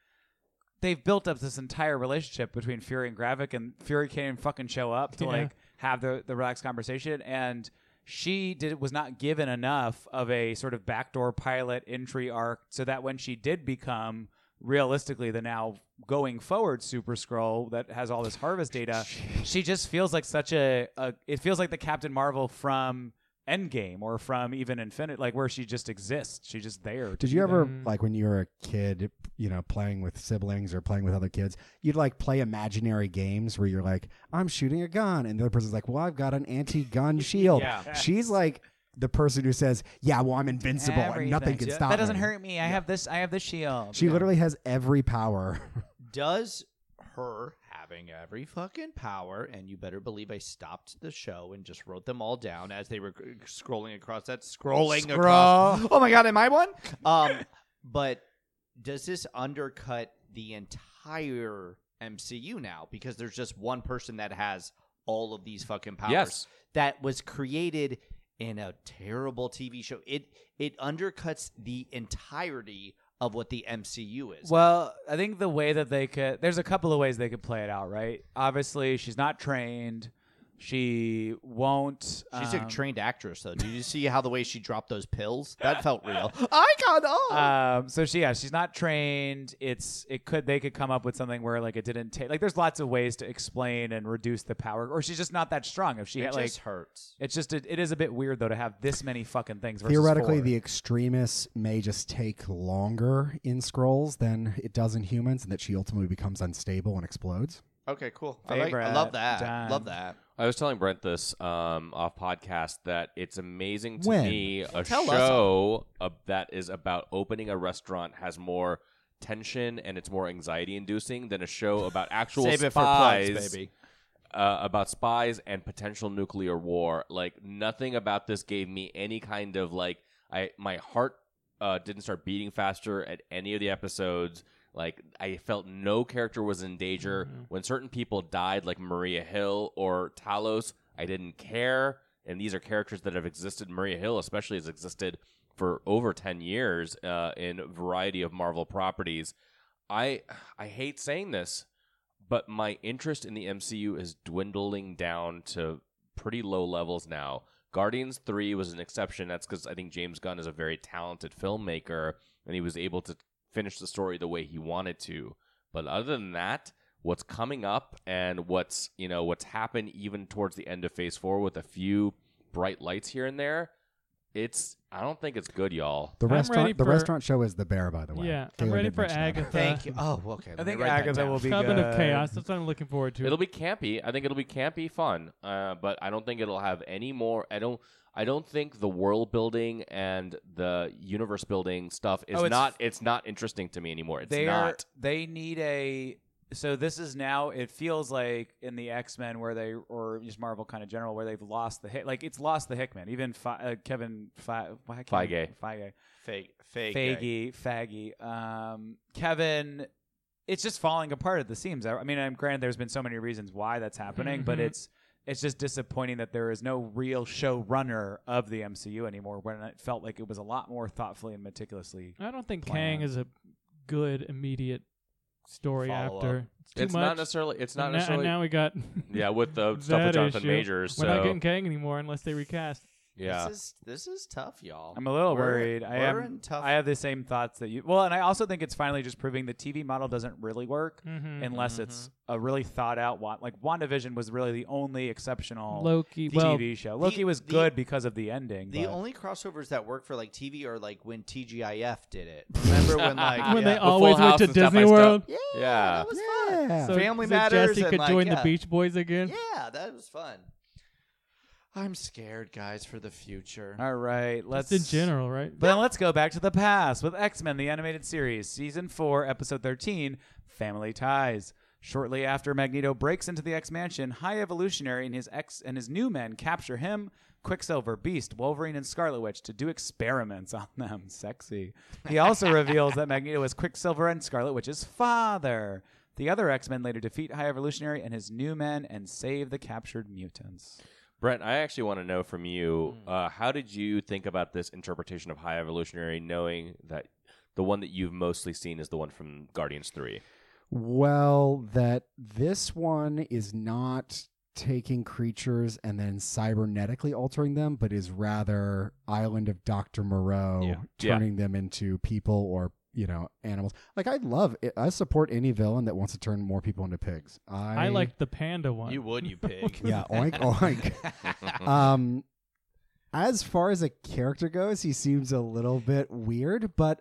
S4: they've built up this entire relationship between Fury and Gravik, and Fury can't even fucking show up to
S2: Yeah.
S4: like have the the relaxed conversation and. She did was not given enough of a sort of backdoor pilot entry arc, so that when she did become realistically the now going forward super scroll that has all this harvest data she just feels like such a, a it feels like the captain marvel from endgame or from even infinite like where she just exists she's just there to
S1: Did you
S4: be
S1: ever
S2: Mm.
S1: like when you were a kid, you know, playing with siblings or playing with other kids, you'd like play imaginary games where you're like, I'm shooting a gun and the other person's like, Well, I've got an anti-gun shield.
S5: Yeah.
S1: She's like the person who says, "Yeah, well, I'm invincible and nothing
S4: Everything.
S1: can
S4: Yeah.
S1: stop
S4: that doesn't
S1: me."
S4: hurt me i have this i have this shield
S1: She literally has every power.
S5: does her having every fucking power, and you better believe I stopped the show and just wrote them all down as they were g- scrolling across that scrolling across. Oh my god, am I one? Um, but does this undercut the entire MCU now because there's just one person that has all of these fucking powers?
S3: Yes.
S5: that was created in a terrible TV show. It it undercuts the entirety of what the MCU is.
S4: Well, I think the way that they could, there's a couple of ways they could play it out, right? Obviously, she's not trained. She won't.
S5: She's
S4: um,
S5: a trained actress, though. Did you see how the way she dropped those pills? That felt real. I got off.
S3: Oh.
S4: Um, so she, yeah, she's not trained. It's it could they could come up with something where like it didn't take like there's lots of ways to explain and reduce the power, or she's just not that strong. If she
S5: it
S4: had like,
S5: just hurts.
S4: it's just it, it is a bit weird though to have this many fucking things. versus
S1: Theoretically,
S4: four.
S1: the extremists may just take longer in scrolls than it does in humans, and that she ultimately becomes unstable and explodes.
S5: Okay, cool. I, like, I love
S4: Favorite
S5: that.
S4: time.
S5: Love that.
S3: I was telling Brent this um, off podcast that it's amazing to
S1: When?
S3: me a
S5: Tell us.
S3: show of, that is about opening a restaurant has more tension and it's more anxiety inducing than a show about actual
S5: Save it for
S3: spies
S5: plugs, baby.
S3: uh, about spies and potential nuclear war. Like nothing about this gave me any kind of like I my heart uh, didn't start beating faster at any of the episodes. Like I felt no character was in danger when certain people died, like Maria Hill or Talos. I didn't care, and these are characters that have existed. Maria Hill, especially, has existed for over ten years uh, in a variety of Marvel properties. I I hate saying this, but my interest in the MCU is dwindling down to pretty low levels now. Guardians 3 was an exception. That's because I think James Gunn is a very talented filmmaker and he was able to finish the story the way he wanted to. But other than that, what's coming up and what's, you know, what's happened even towards the end of phase 4 with a few bright lights here and there, it's I don't think it's good, y'all.
S1: The
S2: I'm ready
S1: restaurant, the
S2: for-
S1: restaurant show is the bear, by the way.
S2: Yeah, I'm
S1: Taylor
S2: ready
S1: did
S2: for
S1: mention that.
S2: Agatha.
S5: Thank you. Oh, okay.
S4: I
S5: let me
S4: think
S5: write that
S4: Agatha
S5: down.
S4: will be
S2: Coven
S4: good.
S5: uh,
S2: of Chaos. That's what I'm looking forward to.
S3: It'll be campy. I think it'll be campy fun, uh, but I don't think it'll have any more. I don't. I don't think the world building and the universe building stuff is
S4: Oh, it's-
S3: not. It's not interesting to me anymore. It's
S4: they are
S3: not.
S4: they need a so this is now it feels like in the x-men where they or just marvel kind of general where they've lost the hit like it's lost the hickman even Fe- uh, kevin Fe- why can't-
S3: Feige.
S4: Feige.
S5: Fake, fake,
S4: Faggy, faggy. Um, Kevin, it's just falling apart at the seams. I, I mean, I'm granted there's been so many reasons why that's happening, but
S2: Mhm.
S5: Mm-hmm.
S4: it's it's just disappointing that there is no real showrunner of the MCU anymore. When it felt like it was a lot more thoughtfully and meticulously.
S2: I don't think
S4: plan.
S2: Kang is a good immediate story
S5: Follow
S2: after.
S5: up.
S2: It's too
S3: it's
S2: much.
S3: not necessarily. It's not
S2: and, now,
S3: necessarily.
S2: and now we got
S3: yeah, with the stuff
S2: that
S3: with Jonathan
S2: issue.
S3: Majors.
S2: We're not
S3: So
S2: getting Kang anymore unless they recast.
S3: yeah,
S5: This is this is tough, y'all.
S4: I'm a little
S5: We're-
S4: worried. I
S5: we're
S4: am.
S5: in tough-
S4: I have the same thoughts that you. Well, and I also think it's finally just proving the TV model doesn't really work.
S5: Mm-hmm.
S2: Mhm.
S4: Unless it's a really thought out one, like WandaVision was really the only exceptional
S2: Loki.
S4: TV
S2: Well,
S4: show. Loki was
S5: the-
S4: good because of the ending.
S5: The
S4: but-
S5: only crossovers that work for like TV are like when TGIF did it. Remember when like
S2: when
S5: yeah,
S2: they
S3: Full
S2: always went
S3: House
S2: to
S3: and Step by
S2: Disney
S3: Step.
S2: World,
S5: yeah,
S3: Yeah.
S5: that was fun.
S1: Yeah.
S2: so,
S5: Family
S2: so
S5: Matters
S2: Jesse
S5: and,
S2: could
S5: like,
S2: join the
S5: yeah.
S2: Beach Boys again.
S5: Yeah, that was fun. I'm scared, guys, for the future.
S4: All right, let's
S2: Just in general, right?
S4: But then let's go back to the past with X Men: The Animated Series, Season Four, Episode Thirteen, Family Ties. Shortly after Magneto breaks into the X Mansion, High Evolutionary and his ex and his new men capture him, Quicksilver, Beast, Wolverine, and Scarlet Witch to do experiments on them. Sexy. He also reveals that Magneto is Quicksilver and Scarlet Witch's father. The other X Men later defeat High Evolutionary and his new men and save the captured mutants.
S3: Brent, I actually want to know from you. Uh, how did you think about this interpretation of High Evolutionary, knowing that the one that you've mostly seen is the one from Guardians Three?
S1: Well, that this one is not taking creatures and then cybernetically altering them, but is rather Island of Dr. Moreau
S3: Yeah. Yeah.
S1: turning them into people or, you know, animals. Like, I love it. I support any villain that wants to turn more people into pigs. I,
S2: I like the panda one.
S5: You would, you pig.
S1: Yeah, oink, oink. um, as far as a character goes, he seems a little bit weird, but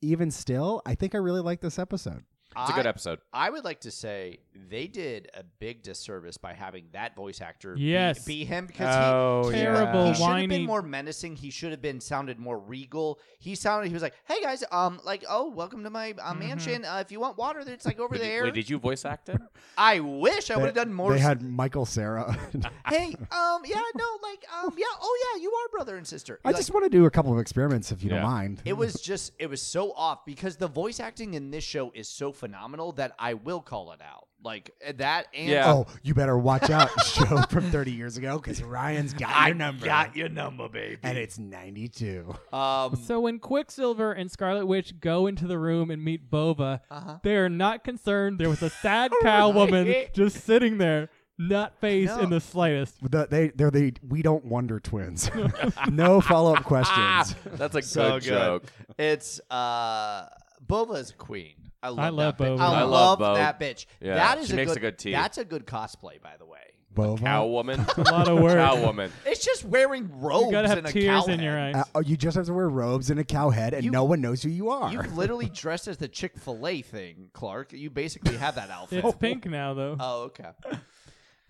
S1: even still, I think I really like this episode.
S3: It's a good
S5: I-
S3: episode.
S5: I would like to say they did a big disservice by having that voice actor be-
S2: Yes.
S5: be, him because
S4: Oh,
S5: he,
S2: Terrible,
S5: he, should have
S2: whiny-
S5: been more menacing. He should have been sounded more regal. He sounded he was like, "Hey guys, um, like, oh, welcome to my
S1: Mm-hmm.
S5: uh, mansion. Uh, if you want water, it's like over
S3: Did you-
S5: there."
S3: wait, did you voice act it?
S5: I wish I would have
S1: They-
S5: done more.
S1: They
S5: s-
S1: had Michael Sarah.
S5: hey, um, yeah, no, like, um, yeah, oh yeah, you are brother and sister.
S1: I
S5: Like,
S1: just want to do a couple of experiments if you
S3: Yeah.
S1: don't mind.
S5: It was just it was so off because the voice acting in this show is so phenomenal that I will call it out. Like eh, that and
S3: Yeah.
S1: Oh, you better watch out, show from 30 years ago, because Ryan's got your number.
S5: your number, baby.
S1: and it's 92.
S5: Um
S2: So when Quicksilver and Scarlet Witch go into the room and meet Boba,
S5: Uh-huh.
S2: they are not concerned. There was a sad cow woman just sitting there, not phased in
S5: No.
S2: the slightest.
S1: The, they, they're the We Don't Wonder twins. no follow up questions.
S3: That's a
S5: so
S3: good
S5: good.
S3: joke.
S5: It's uh Boba's a queen. I love,
S2: I love
S5: that bitch.
S2: Boba.
S5: I,
S2: I
S5: love,
S3: love Bo.
S5: that bitch.
S3: Yeah,
S5: that is
S3: she makes a
S5: good
S3: good tea.
S5: That's a good cosplay, by the way.
S1: Bova.
S3: Cow woman.
S2: A lot of work.
S3: Cow woman.
S5: It's just wearing robes
S2: You gotta have
S5: and a
S2: tears
S5: cow
S2: in your
S5: head.
S2: eyes.
S1: Uh, oh, you just have to wear robes and a cow head, and
S5: You-
S1: no one knows who you are.
S5: You literally dressed as the Chick Fil A thing, Clark. You basically have that outfit.
S2: it's pink now though.
S5: Oh, okay.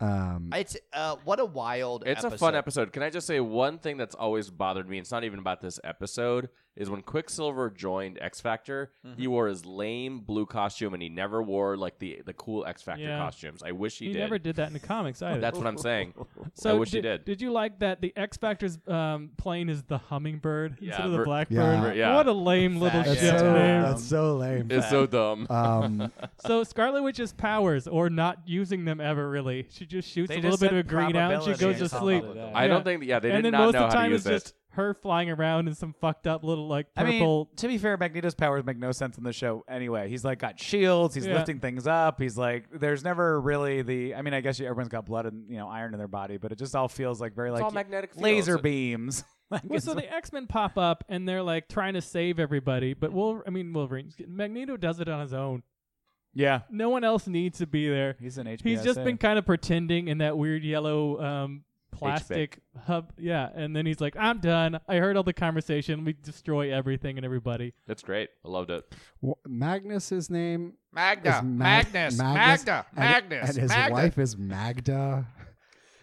S1: um,
S5: It's uh, what a wild.
S3: It's a fun episode. Can I just say one thing that's always bothered me? It's not even about this episode. Is when Quicksilver joined X Factor, he wore his lame blue costume, and he never wore like the the cool X Factor
S2: Yeah.
S3: costumes. I wish he,
S2: he
S3: did.
S2: never did that in the comics either.
S3: That's what I'm saying.
S2: so
S3: I wish he did.
S2: Did you like that the X Factor's um, plane is the hummingbird
S3: Yeah,
S2: instead of the
S3: ver-
S1: Yeah.
S2: blackbird?
S3: ver- yeah.
S2: What a lame little
S1: that's,
S5: That's
S2: shit
S5: Yeah.
S1: so,
S2: name.
S1: that's so lame.
S3: It's so dumb.
S2: Uh,
S1: Um,
S2: So Scarlet Witch's powers, or not using them ever really, she just shoots
S4: They
S2: a
S4: just
S2: little bit
S4: said
S2: of a green out and she
S4: probability
S2: goes
S4: or
S2: to
S4: something
S2: sleep.
S4: like that.
S3: I
S2: Yeah.
S3: don't think. Yeah, they
S2: and
S3: did
S2: then
S3: not
S2: most
S3: know
S2: of the
S3: how to
S2: time it's
S3: use it.
S2: just her flying around in some fucked up little like
S4: I
S2: purple.
S4: mean, to be fair, Magneto's powers make no sense in the show anyway. He's like got shields. He's
S2: Yeah.
S4: lifting things up. He's like, there's never really the. I mean, I guess everyone's got blood and you know iron in their body, but it just all feels like very like
S3: all magnetic fields.
S4: laser beams. Like,
S2: well,
S4: it's-
S2: so the X Men pop up and they're like trying to save everybody, but Wolver- I mean Wolverine, Magneto does it on his own.
S4: yeah,
S2: No one else needs to be there.
S4: he's an HPSA.
S2: He's just been kind of pretending in that weird yellow um, plastic hub. Yeah, and then he's like, "I'm done. I heard all the conversation. We destroy everything and everybody."
S3: That's great. I loved it.
S1: w- Magnus's name
S5: Magda,
S1: is Mag-
S5: Magnus,
S1: Magnus,
S5: Magda,
S1: and-
S5: Magnus,
S1: and his
S5: Magda.
S1: wife is Magda.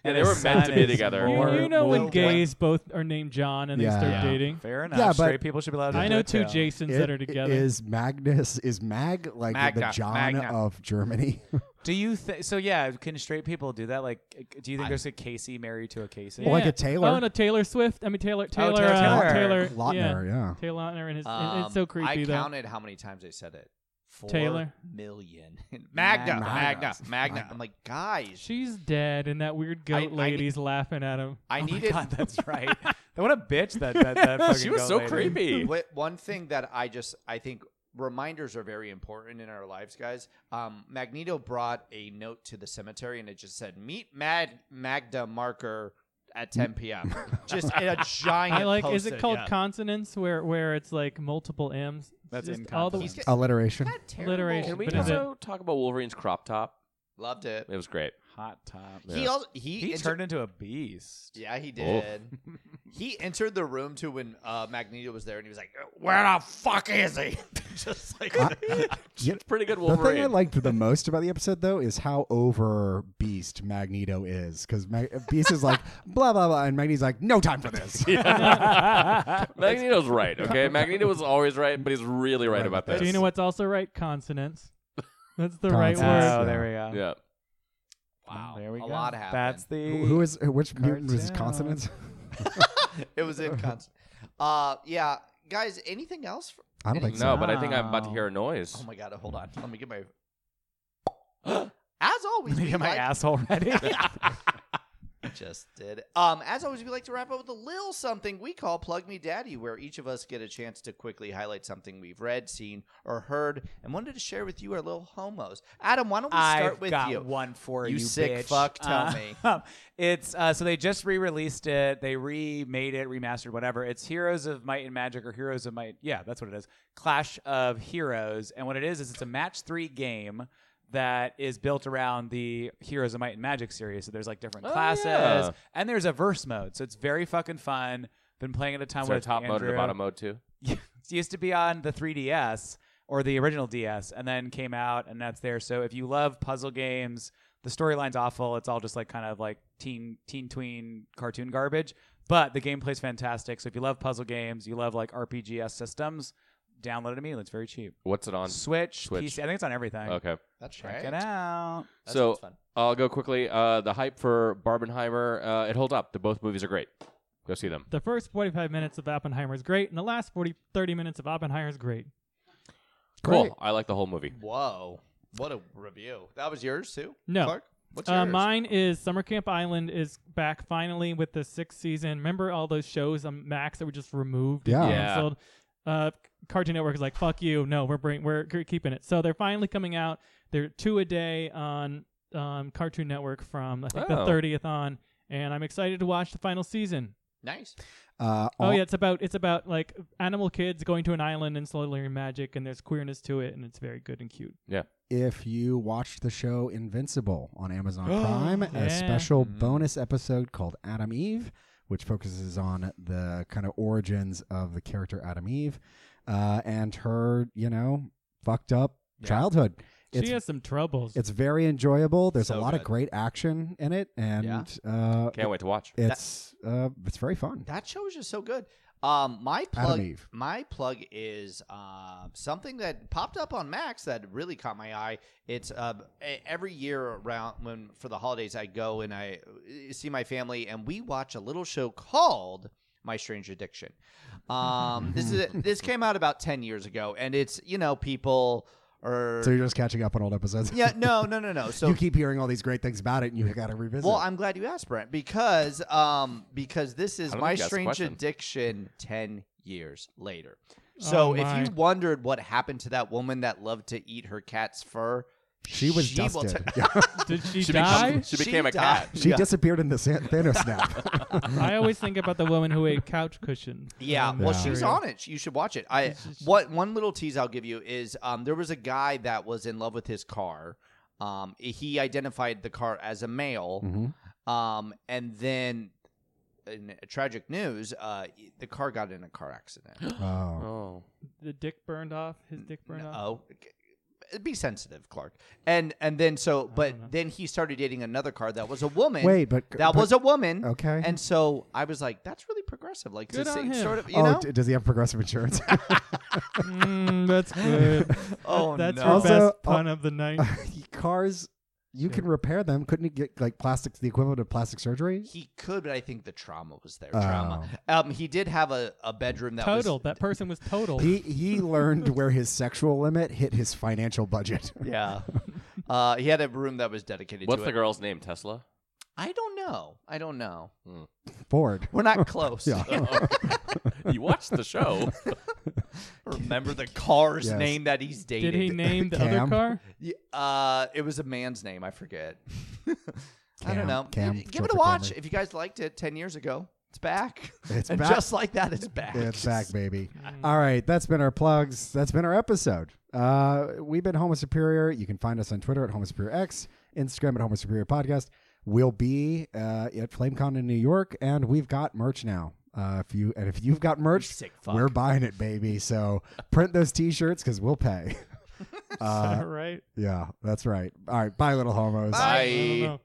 S3: Yeah,
S4: And
S3: they
S4: his
S3: were meant to
S4: son
S3: be
S4: is
S3: together.
S2: You,
S4: more-
S2: you know when
S4: more-
S2: gays both are named John and
S1: Yeah.
S2: they start
S1: Yeah.
S2: dating.
S4: Fair enough.
S1: Yeah, but-
S4: Straight people should be allowed to.
S2: I
S4: do
S2: know
S4: it,
S2: two
S4: too.
S2: Jasons
S1: It-
S2: that are together.
S1: Is Magnus is Mag like
S5: Magda,
S1: the John
S5: Magna.
S1: of Germany?
S4: Do you think so? Yeah, can straight people do that? Like, do you think
S5: I-
S4: there's a Casey married to a Casey?
S1: Well, like
S2: Yeah.
S1: a Taylor.
S2: Oh, and a Taylor Swift. I mean Taylor. Taylor.
S4: Taylor
S2: uh,
S4: Taylor.
S2: Taylor.
S1: Lautner,
S2: Yeah.
S1: yeah.
S2: Taylor Lautner and his. and
S5: Um,
S2: it's so creepy
S5: I
S2: though.
S5: counted how many times they said it. Four
S2: Taylor.
S5: million. Magda,
S4: Magda.
S5: Magda, Magda.
S1: Magda.
S5: I'm like, guys,
S2: She's dead, and that weird
S5: I-
S2: goat
S5: I
S2: lady's laughing at him.
S5: I
S4: Oh my
S5: needed
S4: God, that's right. what a bitch that that, that fucking
S3: She was
S4: goat
S3: so
S4: lady.
S3: creepy.
S5: Wh- one thing that I just I think reminders are very important in our lives, guys. Um, Magneto brought a note to the cemetery, and it just said, "Meet Mad Magda Marker at 10 p.m." just in a giant.
S2: I like. Is it
S5: post-it,
S2: called
S5: yeah.
S2: consonants where where it's like multiple M's?
S4: That's
S2: Just all the
S4: incontinence.
S5: He's-
S1: Alliteration.
S5: Isn't that terrible?
S2: Alliteration,
S3: Can we
S2: But is
S3: also talk about Wolverine's crop top?
S5: Loved it.
S3: It was great.
S4: Hot top.
S5: He also he,
S4: He
S5: enter-
S4: turned into a beast.
S5: Yeah, he
S3: Oh.
S5: did. he entered the room too when uh, Magneto was there, and he was like, "Where the fuck is he?" just like
S1: Yeah,
S3: Pretty good
S1: The
S3: Wolverine.
S1: thing I liked the most about the episode, though, is how over Beast Magneto is. Because Mag- Beast is like, blah, blah, blah. And Magneto's like, no time for this.
S3: Magneto's right, okay? Magneto was always right, but he's really right about this.
S2: Do you know what's also right? Consonants. That's the
S1: Consonants.
S2: right word.
S4: Oh, there we go.
S3: Yeah.
S5: wow,
S4: There we
S5: a
S4: go.
S5: lot happened.
S4: That's the
S1: Who who is, which mutant was his
S4: Cartel.
S1: consonants?
S5: it was inconstant. Uh, yeah, guys. Anything else? For-
S1: I don't think
S3: No,
S1: so.
S3: but I think I'm about to hear a noise.
S5: oh my god, hold on. Let me get my. As always, we
S4: get my
S5: like-
S4: asshole ready.
S5: just did. Um, as always, we like to wrap up with a little something we call "Plug Me Daddy," where each of us get a chance to quickly highlight something we've read, seen, or heard, and wanted to share with you our little homos. Adam, why don't we start
S4: I've
S5: with
S4: got
S5: you?
S4: one for
S5: You
S4: you,
S5: sick
S4: bitch.
S5: fuck, tell
S4: Uh,
S5: me.
S4: It's uh, so they just re-released it. They remade it, remastered, whatever. It's Heroes of Might and Magic or Heroes of Might. Yeah, that's what it is. Clash of Heroes, and what it is is it's a match three game that is built around the Heroes of Might and Magic series. So there's like different
S3: Oh,
S4: classes,
S3: yeah.
S4: and there's a verse mode. So it's very fucking fun. Been playing it a ton
S3: Is there a
S4: with
S3: top mode and
S4: Andrew.
S3: a bottom mode too?
S4: Yeah, it used to be on the 3DS or the original DS, and then came out, and that's there. So if you love puzzle games, the storyline's awful. It's all just like kind of like teen teen tween cartoon garbage, but the gameplay's fantastic. So if you love puzzle games, you love like RPGs systems, download it immediately. It's very cheap.
S3: What's it on?
S4: Switch,
S3: Switch.
S4: PC, I think it's on everything.
S3: Okay.
S5: That's
S4: Check it out.
S5: That
S3: so
S5: sounds fun.
S3: I'll go quickly. Uh, the hype for Barbenheimer, uh, it holds up. The both movies are great. Go see them.
S2: The first 45 minutes of Oppenheimer is great, and the last 40, 30 minutes of Oppenheimer is great.
S1: Great.
S3: Cool. I like the whole movie.
S5: Whoa. What a review. That was yours too?
S2: No.
S5: Clark? What's
S2: Uh,
S5: yours?
S2: mine is Summer Camp Island is back finally with the sixth season. Remember all those shows on Max that were just removed
S1: Yeah.
S2: and
S3: Yeah.
S2: canceled? Uh, Cartoon Network is like, fuck you. No, we're bring, we're k- keeping it. So they're finally coming out. They're two a day on um, Cartoon Network from, I think,
S3: Oh.
S2: the 30th on. And I'm excited to watch the final season.
S5: Nice.
S1: Uh,
S2: Oh
S1: all-
S2: yeah, it's about it's about like animal kids going to an island and slowly learning magic, and there's queerness to it, and it's very good and cute.
S3: Yeah.
S1: if you watched the show Invincible on Amazon Prime, a
S2: Yeah.
S1: special
S5: Mm-hmm.
S1: bonus episode called Adam Eve, which focuses on the kind of origins of the character Adam Eve uh, and her, you know, fucked up childhood. It's
S2: she has some troubles.
S1: it's very enjoyable. There's a
S5: So
S1: lot of
S5: good.
S1: great action in it, and
S5: Yeah.
S1: uh,
S3: Can't wait to watch.
S1: it's uh, it's very fun.
S5: That show is just so good. Um, my
S1: Adam
S5: plug,
S1: Eve.
S5: my plug is uh, something that popped up on Max that really caught my eye. It's uh, e- every year around when for the holidays I go and I uh, see my family and we watch a little show called My Strange Addiction. Um, this is this came out about ten years ago, and it's you know people are
S1: So you're just catching up on old episodes.
S5: yeah no no no no so
S1: you keep hearing all these great things about it, and you got to revisit.
S5: well, I'm glad you asked, Brent, because um, because this is
S3: I don't
S5: my
S3: think you asked the
S5: strange
S3: question.
S5: addiction ten years later. So
S2: Oh,
S5: if
S2: my.
S5: you wondered what happened to that woman that loved to eat her cat's fur,
S1: she was
S5: will
S1: dusted.
S5: tell-
S1: Yeah.
S2: Did she
S3: She
S2: die?
S3: becomes- She became a
S5: died.
S3: cat.
S1: She
S5: yeah.
S1: disappeared in the San- Thanos snap.
S2: I always think about the woman who ate couch cushion.
S5: Yeah,
S2: Um,
S5: well,
S1: Yeah.
S5: she's
S2: cereal.
S5: on it. You should watch it. I what one little tease I'll give you is um, there was a guy that was in love with his car. Um, he identified the car as a male,
S1: Mhm.
S5: um, and then in tragic news, uh, the car got in a car accident.
S1: Oh.
S3: Oh.
S2: The dick burned off. His dick burned off.
S5: Oh, be sensitive, Clark. And and then so,
S2: know.
S5: but then he started dating another car that was a woman.
S1: Wait, but
S5: that
S1: but-
S5: was a woman.
S1: okay.
S5: And so I was like, that's really progressive. Like,
S2: Good
S5: to
S2: on
S5: say-
S2: him.
S5: sort of, you
S1: oh,
S5: know.
S1: d- does he have progressive insurance?
S2: Mm, that's good.
S5: Oh,
S2: that's
S5: no.
S2: your
S1: Also,
S2: best
S1: oh-
S2: pun of the night.
S1: Cars, you can repair them. Couldn't you get like plastic, the equivalent of plastic surgery?
S5: he could, but I think the trauma was there.
S1: Oh.
S5: Trauma. Um, he did have a, a bedroom that
S2: total.
S5: was
S2: that person was total.
S1: He he learned where his sexual limit hit his financial budget.
S5: yeah. Uh, he had a room that was dedicated
S3: What's
S5: to
S3: the
S5: it.
S3: girl's name? Tesla?
S5: I don't know. I don't know.
S1: Ford.
S5: We're not close.
S1: Yeah.
S3: You watched the show.
S5: Remember the car's
S1: Yes.
S5: name that he's dating.
S2: Did he name the other
S1: Cam.
S2: car?
S5: Yeah, uh, it was a man's name. I forget. I
S1: Cam-
S5: don't know.
S1: Cam,
S5: Give- give
S1: short
S5: it a
S1: for
S5: watch
S1: Cameron.
S5: if you guys liked it ten years ago. It's back.
S1: It's
S5: and
S1: back.
S5: just like that, it's back.
S1: It's back, baby.
S5: Mm.
S1: All right, that's been our plugs. That's been our episode. Uh, we've been Homo Superior. You can find us on Twitter at Homo Superior X, Instagram at Homo Superior Podcast. We'll be uh, at FlameCon in New York, and we've got merch now. Uh, if you and if you've got merch,
S5: sick fuck.
S1: we're buying it, baby. So print those T-shirts because we'll pay.
S2: All
S1: Uh,
S2: right.
S1: yeah, that's right. All right, bye, little homos.
S5: Bye.
S2: I don't know.